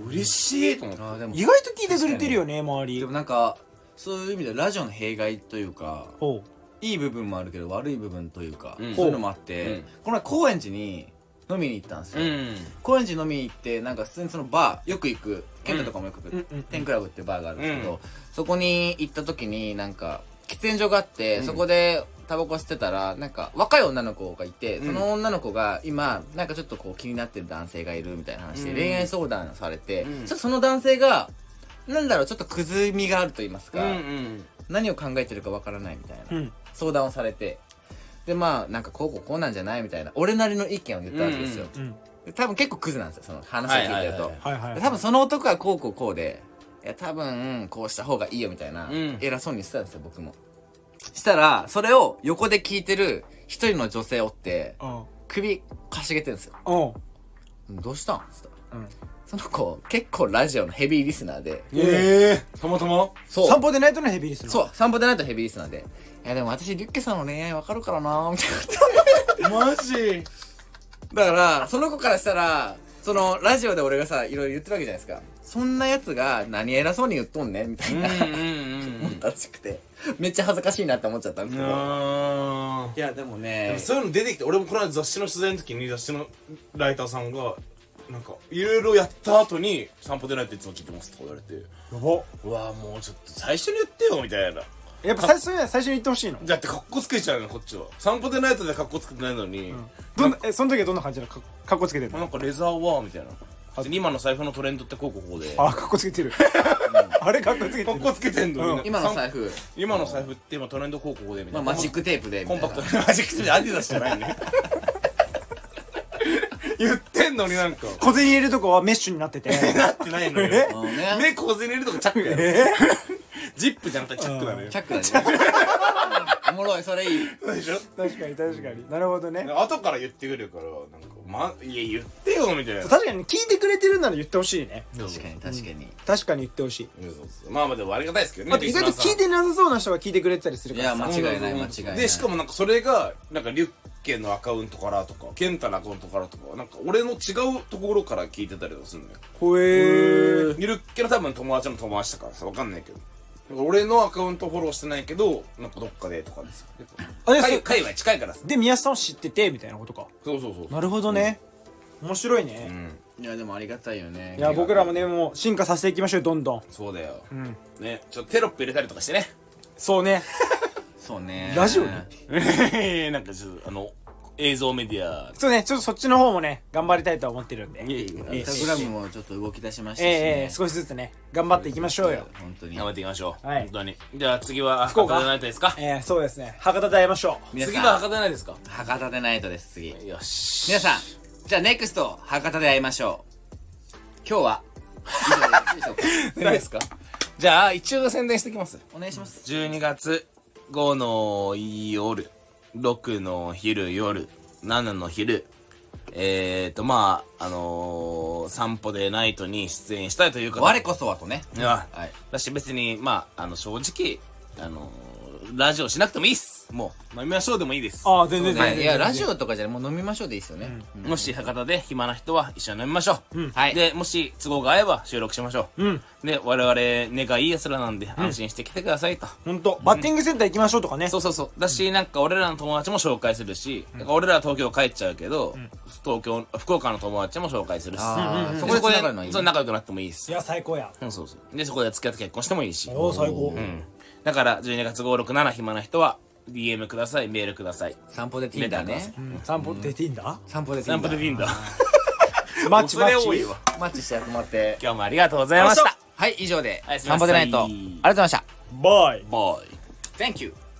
Speaker 3: 嬉しいと思って。
Speaker 1: あーでも
Speaker 2: 意外と聞いてくれてるよね周り
Speaker 1: でもなんかそういう意味ではラジオの弊害というか
Speaker 2: ほ
Speaker 1: いい部分もあるけど悪い部分というか、
Speaker 3: うん
Speaker 1: そういうのもあって、
Speaker 3: うん
Speaker 1: この前高円寺に飲みに行ったんですよ、
Speaker 3: ん。
Speaker 1: 高円寺飲みに行ってなんか普通にそのバーよく行く健太とかもよく行く、
Speaker 2: うんうん
Speaker 1: テンクラブっていうバーがあるんですけど、
Speaker 3: うん
Speaker 1: そこに行った時になんか喫煙所があって、そこでタバコ吸ってたらなんか若い女の子がいて、その女の子が今なんかちょっとこう気になってる男性がいるみたいな話で、
Speaker 3: うん
Speaker 1: 恋愛相談されて、
Speaker 3: う
Speaker 1: ち
Speaker 3: ん
Speaker 1: ょっとその男性がなんだろうちょっとくずみがあると言います
Speaker 3: う
Speaker 1: か、
Speaker 3: んうん。
Speaker 1: 何を考えてるかわからないみたいな、
Speaker 2: ううん
Speaker 1: 相談をされてでまあなんかこうこうこうなんじゃないみたいな俺なりの意見を言ったわけですよ、
Speaker 3: うんうん
Speaker 2: うん
Speaker 1: で多分結構クズなんですよその話を聞いてると、
Speaker 3: はいはいはい
Speaker 2: はいはい
Speaker 1: で多分その男はこうこうこうでいや多分こうした方がいいよみたいな、
Speaker 3: うん
Speaker 1: 偉そうにしてたんですよ僕もしたらそれを横で聞いてる一人の女性おって
Speaker 2: うん
Speaker 1: 首かしげてるんですよ
Speaker 2: うん
Speaker 1: どうしたんっつったら
Speaker 2: うん
Speaker 1: その子結構ラジオのヘビーリスナーで
Speaker 3: ええたまたま
Speaker 1: そう
Speaker 2: 散歩でナイトのヘビーリスナー
Speaker 1: そう散歩でないとヘビーリスナーでいやでも私リュッケさんの恋愛わかるからなみたいな
Speaker 3: マジ
Speaker 1: だから、その子からしたら、その、ラジオで俺がさ、いろいろ言ってるわけじゃないですか。そんな奴が何偉そうに言っとんねんみたい
Speaker 3: うん
Speaker 1: な。
Speaker 3: うんう
Speaker 1: 思
Speaker 3: ん
Speaker 1: っ。たらしくて。めっちゃ恥ずかしいなって思っちゃったんですけど。
Speaker 3: あー
Speaker 1: いや、でもね
Speaker 3: でもそういうの出てきて俺もこの間雑誌の取材の時に雑誌のライターさんがなんかいろいろやった後に「散歩でないっていつも聞いてます」とか言われて
Speaker 2: やば
Speaker 3: 「うわーもうちょっと最初に言ってよ」みたいな
Speaker 2: やっぱ最初に最初に言ってほしいの
Speaker 3: だってカッコつけちゃうのこっちは散歩でないとでカッコつけてないのに、
Speaker 2: どんなえその時はどんな感じなのかかっこつけてるの
Speaker 3: なんかレザーはみたいな別に今の財布のトレンドってこうこうこうでカ
Speaker 2: あかっこつけて <laughs> るあれかっこつけて
Speaker 3: ッ
Speaker 2: る
Speaker 3: コつけてんの、
Speaker 2: うん
Speaker 3: みん
Speaker 1: 今
Speaker 3: な
Speaker 1: の財布、
Speaker 3: 今の財布って今トレンドこうこうこうでみた
Speaker 1: まあ、
Speaker 3: いな、
Speaker 1: マジックテープで。
Speaker 3: コンパクト
Speaker 1: み
Speaker 3: に <laughs> マジックでアディダスじゃないね <laughs> 言ってんのになんか
Speaker 2: 小銭入れるとこはメッシュになってて
Speaker 3: なってないのよ
Speaker 2: え
Speaker 1: たいな。うんね。
Speaker 3: 目小銭入れるとかチャックや
Speaker 2: <laughs>
Speaker 3: ろ
Speaker 2: え
Speaker 3: ジップじゃなくてチャックなのよ
Speaker 1: チャックだね。おもろい、それいい。
Speaker 3: そうでしょ
Speaker 2: 確かに確かになるほどね
Speaker 3: 後から言ってくるからなんか「ま、いや言ってよ」みたいな
Speaker 2: 確かに聞いてくれてるなら言ってほしいね
Speaker 1: 確かに、確かに。
Speaker 2: 確かに言ってほしい
Speaker 3: そうそうそうまあまあでもありがたいですけどね
Speaker 2: あと意外と聞いてなさそうな人が聞いてくれてたりするから
Speaker 1: いや
Speaker 2: さ
Speaker 1: ま間違いない間違いない
Speaker 3: でしかもなんかそれがなんかリュッケのアカウントからとかケンタのアカウントからとかなんか俺の違うところから聞いてたりとかするのよ
Speaker 2: ほえー
Speaker 3: リュッケの多分友達の友達だからさわかんないけどなんか俺のアカウントフォローしてないけどなんかどっかでとか
Speaker 1: <laughs>
Speaker 3: ですよ
Speaker 2: あで
Speaker 3: 界
Speaker 2: そ
Speaker 3: 界隈近いからさ
Speaker 2: で宮下さんを知っててみたいなことか
Speaker 3: そうそうそう
Speaker 2: なるほどね面白いうね
Speaker 3: ん
Speaker 1: いや、でもありがたいよね。
Speaker 2: いや僕らもねもう進化させていきましょうどんどん
Speaker 3: そうだよ、
Speaker 2: ん
Speaker 3: ねちょっとテロップ入れたりとかしてね <laughs>
Speaker 2: そうね
Speaker 1: そうね。
Speaker 2: ラジオに
Speaker 1: ね
Speaker 3: なんかちょっとあの映像メディア
Speaker 2: そうねちょっとそっちの方もね頑張りたいとは思ってるんで
Speaker 3: いえい
Speaker 1: インスタグラムもちょっと動き出しましたし
Speaker 2: ええ
Speaker 1: ね。
Speaker 2: 少しずつね頑張っていきましょうよ
Speaker 1: 本当に
Speaker 3: 頑。張っていきましょう、
Speaker 2: はい
Speaker 3: 本当にじゃあ次は
Speaker 2: 福岡
Speaker 3: 博多でないとですか
Speaker 2: ええそうですね博多で会いましょう
Speaker 1: 皆さん
Speaker 3: 次は博多でないですか
Speaker 1: 博多でナイトです、次。
Speaker 3: よし
Speaker 1: 皆さん、じゃあネクスト博多で会いましょう。今日は、以上でよろしいでしょうか
Speaker 3: <laughs> 誰ですかじゃあ一応宣伝してきます
Speaker 1: お願いします。
Speaker 3: 12月5の夜6の昼夜7の昼えーとまああのー散歩でナイトに出演したいという方
Speaker 1: 我こそはとね。
Speaker 3: いや、
Speaker 1: はい
Speaker 3: だし別に、まあ、あの、正直、あのーラジオしなくてもいいっすもう、飲みましょうでもいいです。
Speaker 2: ああ全然全
Speaker 1: は
Speaker 2: 然
Speaker 1: い、いや、ラジオとかじゃもう飲みましょうでいいですよね。
Speaker 3: もし博多で暇な人は一緒に飲みましょう。
Speaker 1: はい
Speaker 3: で、もし都合が合えば収録しましょう。
Speaker 2: うん
Speaker 3: で、我々、根がいい奴らなんで、安心して来てくださいと。
Speaker 2: ほんとバッティングセンター行きましょうとかね
Speaker 3: そうそうそう。だし、なんか俺らの友達も紹介するし、なんか俺らは東京帰っちゃうけど、東京、福岡の友達も紹介するし、
Speaker 1: あー
Speaker 3: で
Speaker 1: そこで
Speaker 3: で
Speaker 1: 繋がるのはいいね
Speaker 3: そう仲良くなってもいいし
Speaker 2: いや最高や
Speaker 3: うん、そうそう。で、そこで付き合って結婚してもいいし。
Speaker 2: おお最高
Speaker 3: うんだから12月567暇な人は DM くださいメールください
Speaker 1: 散歩で Tinder ね。
Speaker 2: うん散歩出ていいんだ
Speaker 1: 散歩で
Speaker 3: サンプル
Speaker 1: Tinder。
Speaker 3: ィンダ
Speaker 2: マッチマッ
Speaker 3: 恐れ多い
Speaker 2: チ
Speaker 3: わ
Speaker 1: マッチして集まって。
Speaker 3: 今日もありがとうございました
Speaker 1: はい、以上で
Speaker 3: はい、すいませ
Speaker 1: 散歩
Speaker 3: ん
Speaker 1: でナイト。ありがとうございました。
Speaker 2: バイ
Speaker 3: バイ
Speaker 1: Thank you.